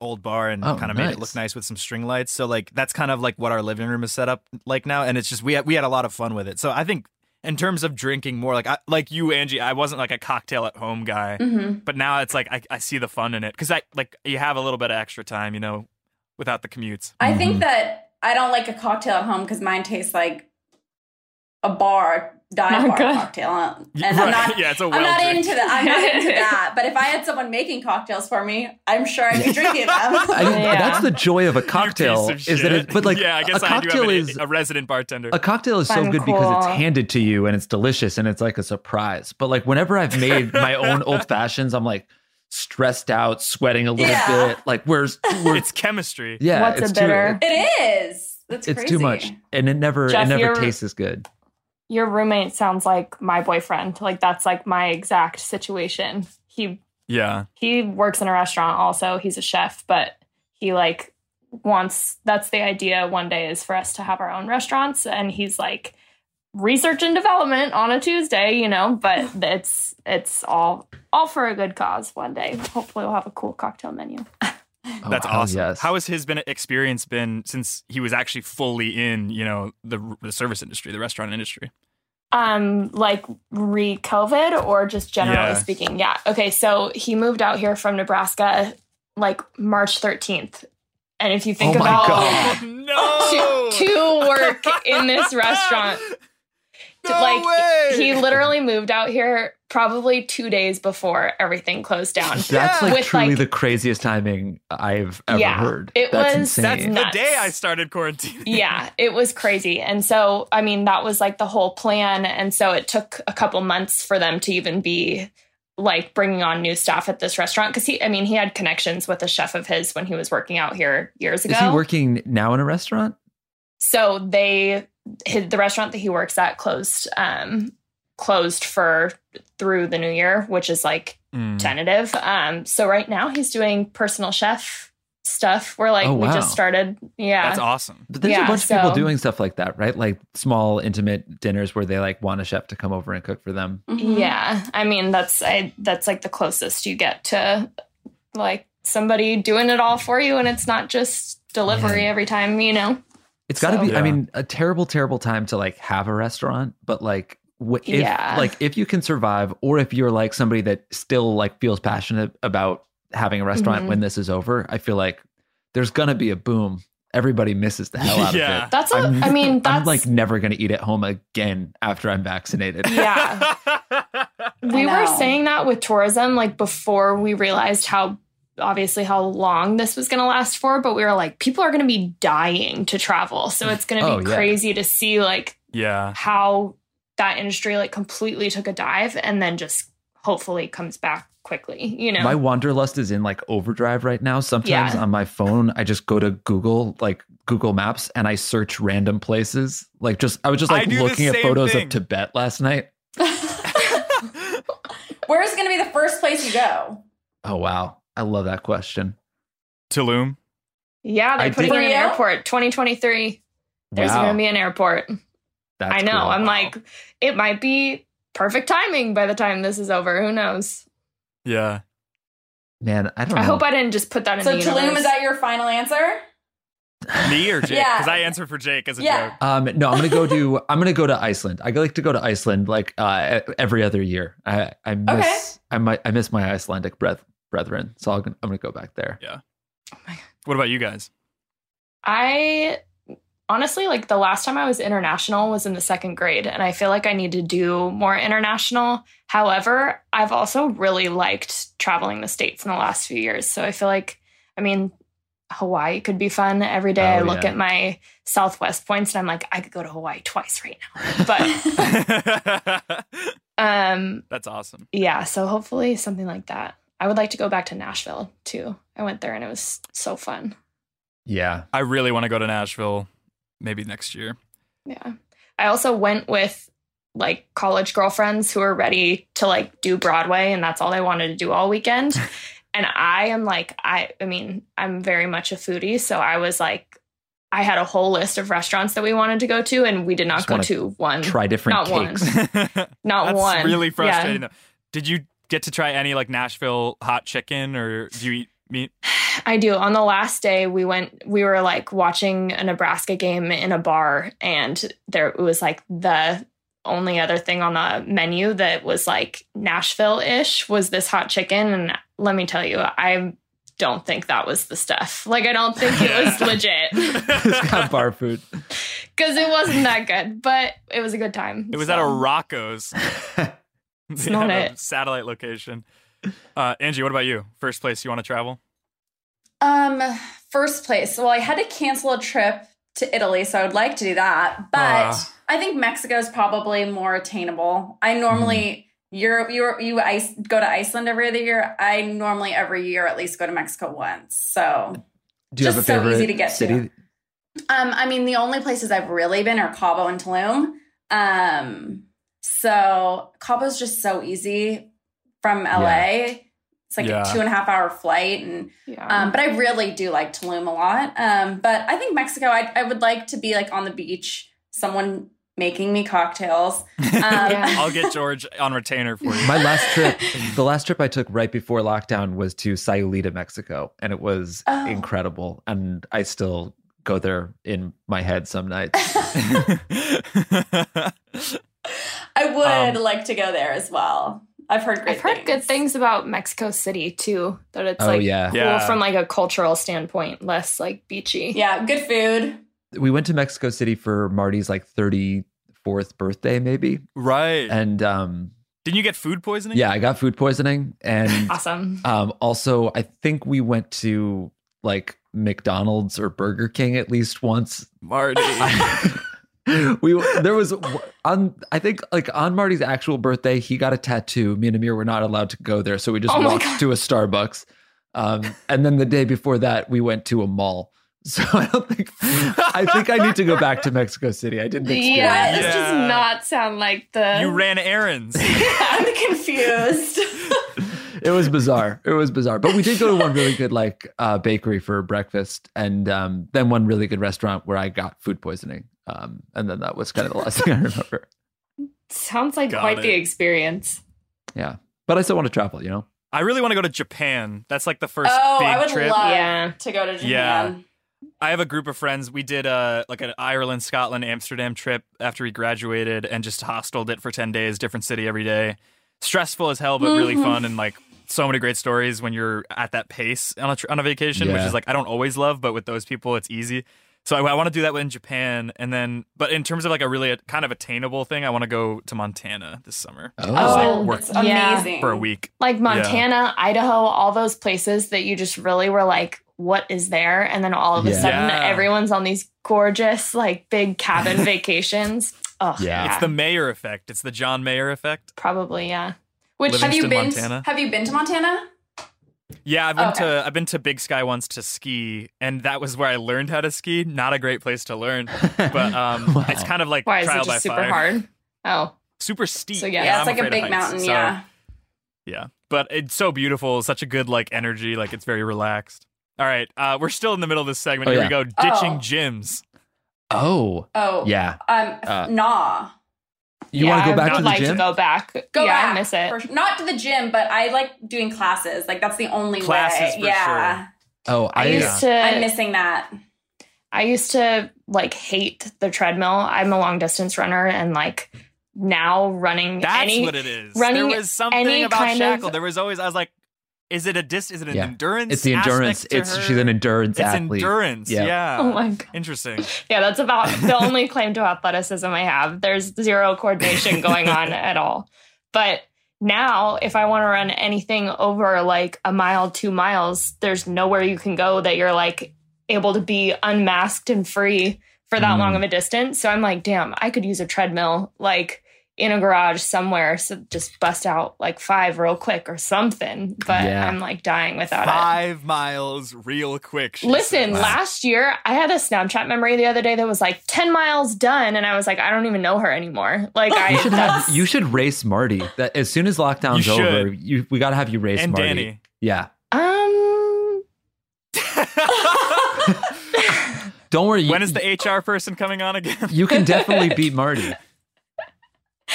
old bar, and
Oh,
kind of made it look
nice.
nice with some string lights. So like that's kind of like what our living room is set up like now, and it's just we had, we had a lot of fun with it. So I think in terms of drinking more, like I, like you, Angie, I wasn't like a cocktail at home guy,
Mhm.
but now it's like I, I see the fun in it because I like you have a little bit of extra time, you know, without the commutes.
I
Mhm.
think that I don't like a cocktail at home because mine tastes like a bar, dive
Not
bar
good.
cocktail. And
Right.
I'm not.
yeah, it's a well
I'm not
drink.
into that. I'm not into that. But if I had someone making cocktails for me, I'm sure I'd be drinking
I
them.
think
Yeah.
that's the joy of a cocktail
You piece of
is that
shit.
it, but like
yeah, I guess
a cocktail
I do have an-
is
a resident bartender.
a cocktail is so
Fun,
good because
cool.
it's handed to you and it's delicious and it's like a surprise. But like whenever I've made my own old fashions, I'm like stressed out, sweating a little
Yeah.
bit. Like where's we're,
it's chemistry.
yeah,
What's a
it's
bitter?
Too,
it is. That's
it's
crazy.
too much, and it never
Jeff,
it never
you're-
tastes as good.
Your roommate sounds like my boyfriend. Like that's like my exact situation. He
Oh,
Yeah.
he works in a restaurant also he's a chef but he like wants that's the idea one day is for us to have our own restaurants and he's like research and development on a tuesday you know but it's it's all all for a good cause one day hopefully we'll have a cool cocktail menu
Oh,
That's
hell
awesome.
Yes.
How has his been experience been since he was actually fully in, you know, the the service industry, the restaurant industry?
Um, like re COVID or just generally
Yeah.
speaking? Yeah. Okay. So he moved out here from Nebraska like March 13th. And if you think
Oh my
about
God.
no.
to, to work in this restaurant,
No
like
way!
he literally moved out here probably two days before everything closed down.
That's like
With,
truly
like-
the craziest timing I've ever
Yeah.
heard.
It
That's
was-
insane.
That's the
Nuts.
day I started quarantine.
yeah, it was crazy. And so, I mean, that was like the whole plan. And so it took a couple months for them to even be like bringing on new staff at this restaurant. Cause he, I mean, he had connections with a chef of his when he was working out here years ago.
Is he working now in a restaurant?
so they, his, the restaurant that he works at closed, um, closed for through the new year, which is like
Mm.
Mm.
tentative. Um, so right now he's doing personal chef stuff. We're like,
Oh,
we
wow.
just started. Yeah.
That's awesome.
But there's a
Yeah,
bunch of people
so-
doing stuff like that, right? Like small, intimate dinners where they like want a chef to come over and cook for them.
Mhm.
Yeah, I mean that's I, that's like the closest you get to like somebody doing it all for you, and it's not just delivery
Yeah.
every time, you know.
It's got to
So-
be, I
Yeah.
mean, a terrible, terrible time to like have a restaurant, but like, wh- if
Yeah.
like if you can survive, or if you're like somebody that still like feels passionate about having a restaurant
Mhm.
when this is over, I feel like there's gonna be a boom. Everybody misses the hell out
Yeah.
of it.
That's a,
I'm-
I mean that's
I'm like never gonna eat at home again after I'm vaccinated.
yeah. We
I
were
know.
saying that with tourism like before we realized how obviously how long this was going to last for, but we were like people are going to be dying to travel, so it's going to
Oh,
be
yeah.
crazy to see like
yeah.
how that industry like completely took a dive and then just hopefully comes back quickly, you know.
My wanderlust is in like overdrive right now. Sometimes
Yeah.
on my phone, I just go to Google, like Google Maps, and I search random places. Like just, I was just
I
like
do the
looking at
same
photos
thing.
of Tibet last night.
Where's going to be the first place you go?
Oh wow, I love that question.
Tulum.
Yeah,
I
they're putting
did-
in an
For real?
airport 2023. There's
wow,
going to be an airport.
That's
I know.
cool.
I'm like, it might be perfect timing by the time this is over. Who knows?
Yeah.
Man, I don't.
I
know.
hope I didn't just put that in
So
the
Tulum,
universe.
is that your final answer?
Me or Jake?
Yeah.
Because I answered for Jake as a
Yeah.
joke.
Um, no, I'm gonna go to I'm gonna go to Iceland. I like to go to Iceland like uh, every other year. I I miss I might I miss my Icelandic breath brethren, so I'll, I'm gonna go back there.
What about you guys?
I honestly like the last time I was international was in the second grade, and I feel like I need to do more international. However, I've also really liked traveling the states in the last few years, so I feel like I mean. Hawaii could be fun. Every day I
Oh,
look
yeah.
at my Southwest points and I'm like, I could go to Hawaii twice right now. But um,
That's awesome.
yeah, so hopefully something like that. I would like to go back to Nashville too. I went there and it was so fun.
Yeah,
I really want to go to Nashville maybe next year.
Yeah. I also went with like college girlfriends who are ready to like do Broadway and that's all they wanted to do all weekend. and I am like I I mean, I'm very much a foodie, so I was like I had a whole list of restaurants that we wanted to go to and we did not
Just
go
wanna
to one.
try different
Not one.
cakes.
That's
not one.
really
Yeah.
frustrating. though. Did you get to try any like Nashville hot chicken or do you eat meat?
I do. On the last day, we went. We were like watching a Nebraska game in a bar, and there it was like the only other thing on the menu that was like Nashville-ish was this hot chicken. And let me tell you, I don't think that was the stuff. Like, I don't think it was legit
it's got bar food.
because it wasn't that good. But it was a good time.
It was
so.
at a Rocco's. They had
not
a
it.
Satellite location. Uh, Angie, what about you? First place you want to travel?
Um, first place. Well, I had to cancel a trip to Italy, so I would like to do that. But
Ah.
I think Mexico is probably more attainable. I normally
Hmm.
Europe, Europe, you ice, go to Iceland every other year. I normally every year at least go to Mexico once. So,
Do you have a
Just so
favorite
easy to get to.
city?
um, I mean, the only places I've really been are Cabo and Tulum. Um, so Cabo's just so easy from LA. It's like
Yeah.
a two and a half hour flight, and
Yeah.
um, but I really do like Tulum a lot. Um, but I think Mexico, I, I would like to be like on the beach, someone making me cocktails. Um,
Yeah.
I'll get George on retainer for you.
My last trip, the last trip I took right before lockdown was to Sayulita, Mexico, and it was
Oh.
incredible. And I still go there in my head some nights.
I would
Um,
like to go there as well. I've heard great.
I've heard good things about Mexico City too. That it's
Oh,
like
yeah.
cool
Yeah.
from like a cultural standpoint, less like beachy.
Yeah, good food.
we went to Mexico City for Marty's like 34th birthday, maybe.
right.
And um,
Didn't you get food poisoning?
yeah, I got food poisoning. And
Awesome.
um, also, I think we went to like McDonald's or Burger King at least once.
Marty.
we there was on I think like on Marty's actual birthday he got a tattoo. Me and Amir were not allowed to go there, so we just
Oh my
walked
God.
to a Starbucks. Um, and then the day before that we went to a mall. So I don't think I think I need to go back to Mexico City. I didn't experience
Yeah,
Yeah.
this does not sound like the.
you ran errands.
I'm confused.
it was bizarre. It was bizarre. But we did go to one really good like uh, bakery for breakfast, and um, then one really good restaurant where I got food poisoning. Um, and then that was kind of the last thing I remember.
sounds like
Got
quite the
it.
experience.
Yeah, but I still want to travel. You know,
I really want to go to Japan. That's like the first
Oh,
big
I would
trip.
love
Yeah.
to go to Japan.
Yeah. I have a group of friends. We did a like an Ireland, Scotland, Amsterdam trip after we graduated, and just hosteled it for ten days, different city every day. Stressful as hell, but really
Mm-hmm.
fun and like so many great stories when you're at that pace on a tr- on a vacation, which
Yeah.
is like I don't always love, but with those people, it's easy. So I, I want to do that in Japan, and then but in terms of like a really uh, kind of attainable thing, I want to go to Montana this summer
oh,
like work
it's
Yeah.
amazing
for a week.
Like Montana, Idaho, all those places that you just really were like, what is there? And then all of a
Yeah.
sudden,
Yeah.
everyone's on these gorgeous, like big cabin vacations. Oh,
Yeah.
yeah.
It's the Mayer effect. It's the John Mayer effect.
Probably, yeah. Which
Living-
Have you
Livingston,
been?
Montana.
Have you been to Montana?
Yeah, I've been
Okay.
to I've been to Big Sky once to ski, and that was where I learned how to ski. Not a great place to learn,
Oh.
but um,
Wow.
it's kind of like
why is
trial
it
by
just super
fire.
hard? Oh,
Super steep.
So, yeah.
and
Yeah,
I'm
it's like a
afraid
big
of heights,
mountain.
so-
yeah.
yeah. But it's so beautiful, such a good like energy, like it's very relaxed. All right, uh, we're still in the middle of this segment.
Oh,
Here
yeah.
we go, ditching
Oh.
gyms.
oh,
Oh.
yeah.
Um.
Uh,
nah.
You
yeah,
want to go
I
back
would
to the
like
gym?
uh,
to go back.
Go
yeah,
back.
I miss it.
for sure. Not to the gym, but I like doing classes. Like that's the only
Classes
way.
for
yeah.
sure.
oh, I,
I used to
I'm missing that.
I used to like hate the treadmill. I'm a long distance runner and like now running
That's
any
what it is.
running
there was something
any
about
kind of-
Shackle. there was always I was like, is it a dis? Is it an
Yeah.
endurance?
it's the endurance.
aspect to
It's
her?
she's an endurance
It's
athlete.
endurance.
Yeah.
Yeah.
Oh my god.
Interesting.
Yeah, that's about the only claim to athleticism I have. There's zero coordination going on at all. But now if I want to run anything over like a mile, 2 miles, there's nowhere you can go that you're like able to be unmasked and free for that
Mm.
long of a distance. So I'm like, damn, I could use a treadmill like in a garage somewhere so just bust out like 5 real quick or something. But
Yeah.
I'm like dying without it.
Five miles, real quick. she
Listen,
says.
last year I had a Snapchat memory the other day that was like 10 miles done. And I was like, I don't even know her anymore. Like, I,
You should have. You should race Marty. That as soon as lockdown's
You should.
over, you we gotta have you race
and
Marty.
Danny.
Yeah.
um,
Don't worry. you-
when is the HR person coming on again?
You can definitely beat Marty.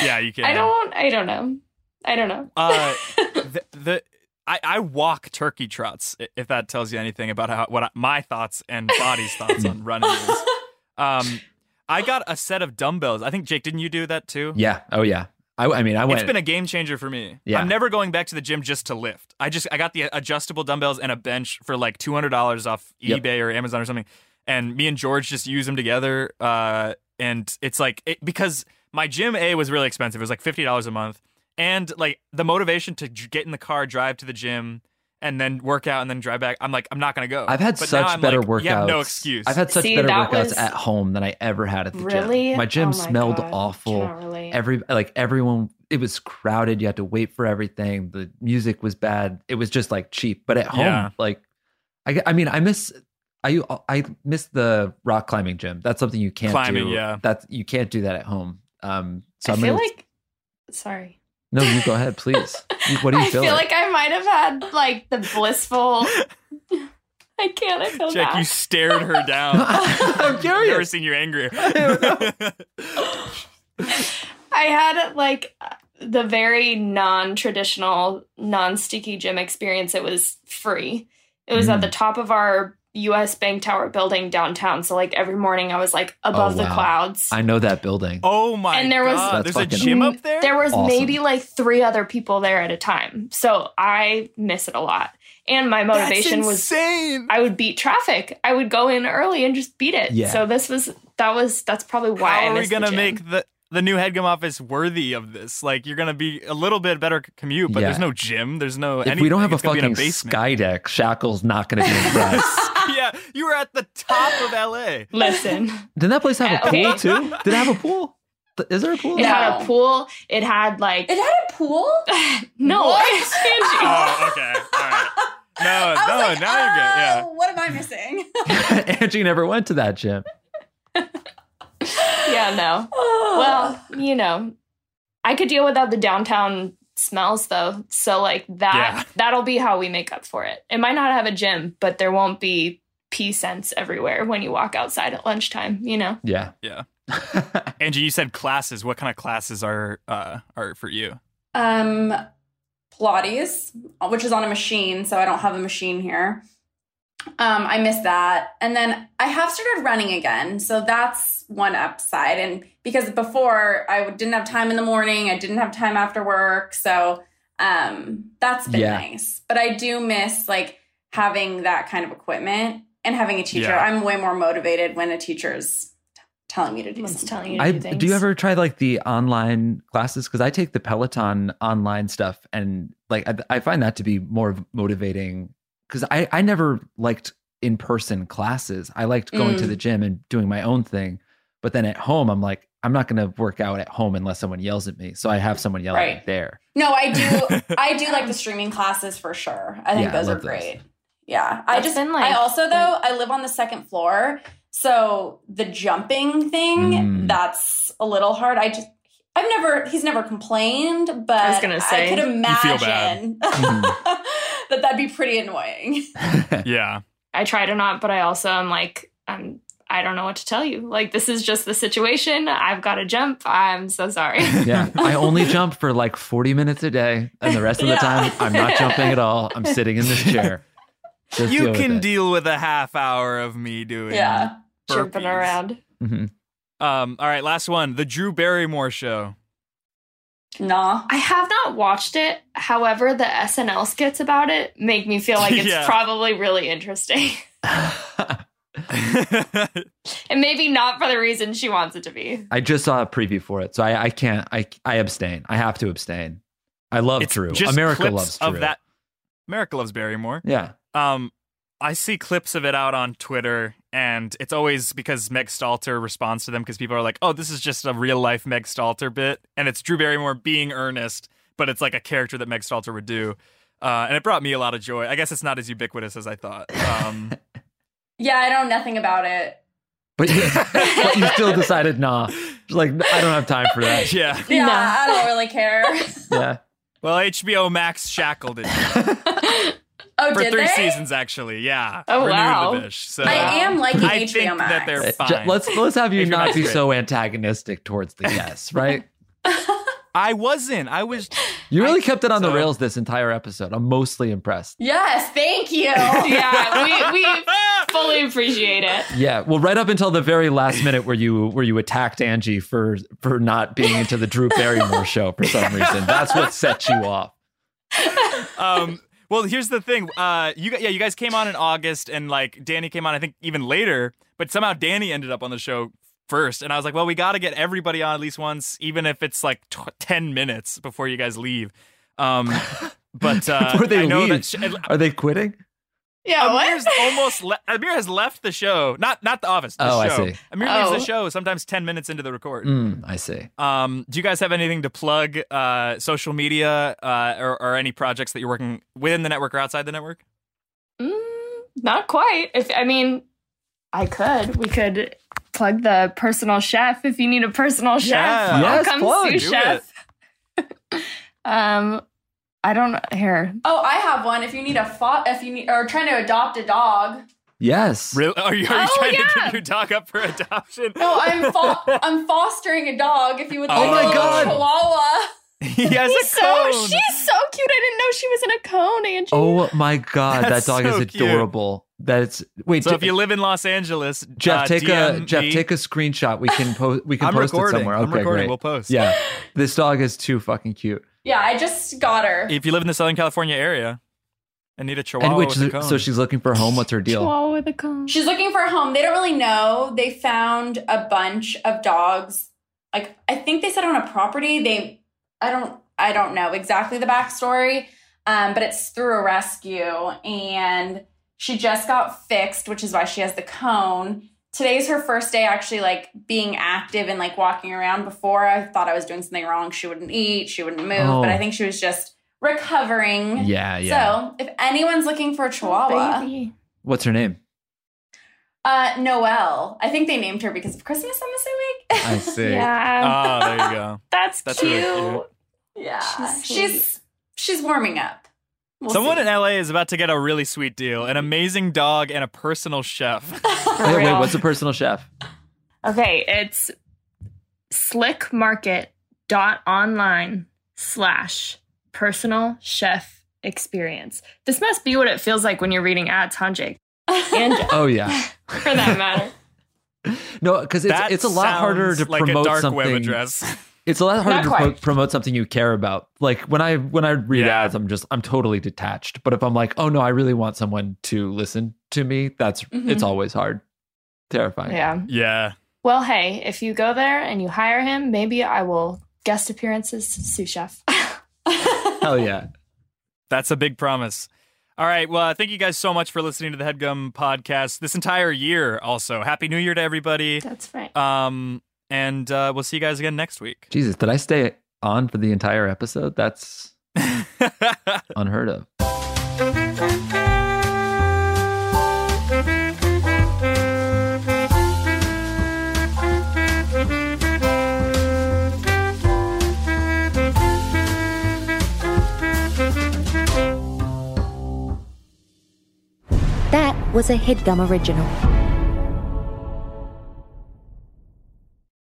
yeah, you can.
I don't, I don't know. I don't know.
Uh, the, the I, I walk turkey trots. i- If that tells you anything about how what I, my thoughts and body's thoughts on running is. Um, I got a set of dumbbells. I think Jake, didn't you do that too?
Yeah. Oh yeah. I, I mean, I went.
It's been a game changer for me.
Yeah.
I'm never going back to the gym just to lift. I just I got the adjustable dumbbells and a bench for like two hundred dollars off
Yep.
eBay or Amazon or something, and me and George just use them together. Uh, and it's like it, because my gym A was really expensive. It was like fifty dollars a month, and like the motivation to j- get in the car, drive to the gym. And then work out and then drive back. I'm like, I'm not gonna go.
I've had
But now
such
I'm
better
like,
workouts.
You have no excuse.
I've had such
See,
better
that
workouts
was-
at home than I ever had at the
Really?
gym. My gym
Oh my
smelled
God.
awful.
Cannot relate.
Every like everyone, it was crowded. You had to wait for everything. The music was bad. It was just like cheap. But at home,
Yeah.
like, I g- I mean, I miss. I I miss the rock climbing gym. That's something you can't
Climbing,
do.
yeah.
That's you can't do that at home. Um, so
I
am
feel
gonna,
like, sorry.
no, you go ahead, please. You- What do you
I feel like I might have had like the blissful. I can't. I feel
Jack,
bad.
you stared her down.
I'm
I've never
curious.
seen you angrier.
I had like the very non-traditional, non-sticky gym experience. It was free. It was at
Mm.
the top of our U.S. Bank Tower building downtown. So like every morning, I was like above
Oh, wow.
the clouds.
I know that building.
Oh my
And there was-
god!
That's
There's a
fucking
gym up there.
There was
Awesome.
maybe like three other people there at a time. So I miss it a lot. And my motivation
That's
was
insane.
I would beat traffic. I would go in early and just beat it.
Yeah.
So this was that was that's probably why I
How are we
missed the
gonna
gym.
make the the new headgum office worthy of this? Like you're gonna be a little bit better commute, but
Yeah.
there's no gym. There's no.
if we don't have a
it's gonna be in
fucking
basement.
sky deck, Shackle's not going to be impressed.
yeah, you were at the top of LA.
listen?
Did that place have a
Uh,
pool
okay.
too? Did it have a pool? Th- Is there a pool?
It had a
No.
pool. It had like
It had a pool.
No,
What?
Angie.
Oh, okay, all right. No,
I was
no,
like,
now you're good. Yeah.
"Oh, What am I missing?
Angie never went to that gym.
Yeah, no. Well, you know, I could deal without the downtown smells though. So like that
Yeah.
that'll be how we make up for it. It might not have a gym, but there won't be pee scents everywhere when you walk outside at lunchtime, you know.
Yeah.
Yeah. Angie, you said classes. What kind of classes are uh, are for you?
um, Pilates, which is on a machine, so I don't have a machine here. Um, I miss that, and then I have started running again, so that's one upside. And because before I didn't have time in the morning, I didn't have time after work, so um, that's been
Yeah.
nice. But I do miss like having that kind of equipment and having a teacher.
Yeah.
I'm way more motivated when a teacher's t- telling me to do
Someone's
something.
telling you to
I,
do things.
do you ever try like the online classes? Because I take the Peloton online stuff, and like I, I find that to be more motivating. Because I I never liked in person classes. I liked going to
Mm.
the gym and doing my own thing. But then at home, I'm like, I'm not going to work out at home unless someone yells at me. So I have someone yell at me
Right.
there.
No, I do. I do like the streaming classes for sure. I think
Yeah, I
those are
love those.
great. Yeah, I
That's
just.
been, like,
I also though I live on the second floor, so the jumping thing
Mm.
that's a little hard. I just. I've never. He's never complained, but
I was gonna say.
I could
feel bad.
imagine
Mm-hmm.
that that'd be pretty annoying.
Yeah.
I try to not, but I also am like I'm I don't know what to tell you. Like, this is just the situation. I've got to jump. I'm so sorry.
Yeah. I only jump for like 40 minutes a day. And the rest of the
Yeah.
time, I'm not jumping at all. I'm sitting in this chair. Just
you
deal with
can
it.
deal with a half hour of me doing
Yeah.
Jumping
burpees.
around.
Mhm.
Um, all right, last one. The Drew Barrymore show.
Nah.
I have not watched it. However, the SNL skits about it make me feel like it's
Yeah.
probably really interesting.
Mm-hmm.
and maybe not for the reason she wants it to be.
I just saw a preview for it. So I, I can't, I, I abstain. I have to abstain. I love
it's
Drew.
just
America
clips
loves Drew.
of that. America loves Barrymore.
Yeah.
Um, I see clips of it out on Twitter, and it's always because Meg Stalter responds to them because people are like, "Oh, this is just a real life Meg Stalter bit," and it's Drew Barrymore being earnest, but it's like a character that Meg Stalter would do, uh, and it brought me a lot of joy. I guess it's not as ubiquitous as I thought. Um,
Yeah, I know nothing about it.
But you, but you still decided, nah, like, I don't have time for that.
yeah.
Yeah,
No.
I don't really care.
Yeah.
Well, HBO Max shackled it
Oh,
for
did
three
they?
seasons, actually. Yeah.
Oh,
Renewed
wow.
The dish, so.
I am liking
I
HBO
think
Max.
that they're
Ju-
fine.
Let's let's have you
If you're
not
not
be
straight.
so antagonistic towards the guests, right?
I wasn't. I was.
You really kept it on the
so-
rails this entire episode. I'm mostly impressed.
yes, thank you.
Yeah, we, we fully appreciate it.
Yeah, well, right up until the very last minute, where you where you attacked Angie for for not being into the Drew Barrymore show for some reason. That's what set you off.
um well here's the thing uh you gu- yeah you guys came on in august and like danny came on i think even later but somehow danny ended up on the show first and i was like well we got to get everybody on at least once even if it's like tw 10 minutes before you guys leave um but uh
Before they
I know
leave, Oh,
that sh- uh,
are they quitting?
Yeah,
Amir's almost le- Amir has left the show. Not not the office. The
Oh, I
show.
see.
Amir
Oh.
leaves the show sometimes ten minutes into the record.
Mm, I see.
Um, do you guys have anything to plug? Uh, social media uh, or, or any projects that you're working within the network or outside the network?
Mm, not quite. If I mean, I could. We could plug the personal chef if you need a personal chef.
Yeah.
I'll
Yes,
come
plug.
sous
Do
chef. um, I don't here.
oh, I have one. If you need a fo- if you need or trying to adopt a dog.
Yes.
Really? Are you, are you
Oh,
trying to
yeah.
give your dog up for adoption?
No, I'm fo- I'm fostering a dog. If you would
Oh
like
my
a little
God.
chihuahua.
he has a
So
cone.
she's so cute. I didn't know she was in a cone, Angie.
Oh my God,
That's
that dog
so
is
cute.
adorable. That's wait,
so
Je-
if you live in Los Angeles,
Jeff,
uh,
take
DM
a Jeff,
me.
take a screenshot. We can post. We can
I'm
post
recording.
it somewhere. Okay,
I'm recording.
great.
We'll post.
Yeah, this dog is too fucking cute.
Yeah, I just got her.
If you live in the Southern California area and need a chihuahua
And which
with a cone,
so she's looking for a home. What's her deal?
Chihuahua with a cone.
She's looking for a home. They don't really know. They found a bunch of dogs. Like I think they said on a property. They I don't I don't know exactly the backstory. Um, but it's through a rescue and she just got fixed, which is why she has the cone. Today's her first day actually like being active and like walking around. Before I thought I was doing something wrong. She wouldn't eat, she wouldn't move,
Oh.
but I think she was just recovering.
Yeah, yeah.
So if anyone's looking for a chihuahua,
Baby.
What's her name?
uh, Noelle. I think they named her because of Christmas, I'm
I
assuming.
see.
Yeah,
Ah, there you go.
that's,
that's
cute.
really cute.
yeah.
She's
She's
sweet.
she's, warming up. We'll
Someone
see.
in LA is about to get a really sweet deal: an amazing dog and a personal chef.
For
Wait, wait,
real.
what's a personal chef?
Okay, it's slickmarket.online slash personal chef experience. This must be what it feels like when you're reading ads, huh, Jake? And Jeff,
Oh yeah,
for that matter.
no, because it's
That
it's a lot harder
sounds
to
like
promote
a dark
something.
web address.
It's a lot
Not
harder to pro-
quite.
promote something you care about. Like when I when I read
Yeah.
ads, I'm just I'm totally detached. But if I'm like, oh no, I really want someone to listen to me, that's
Mm-hmm.
Mhm.
it's always hard, terrifying.
Yeah.
Yeah.
Well, hey, if you go there and you hire him, maybe I will guest appearances sous chef.
Hell yeah.
That's a big promise. All right. Well, thank you guys so much for listening to the Headgum podcast this entire year. Also, happy New Year to everybody.
That's right.
Um, and uh, we'll see you guys again next week.
Jesus, did I stay on for the entire episode? That's unheard of.
That was a headgum original.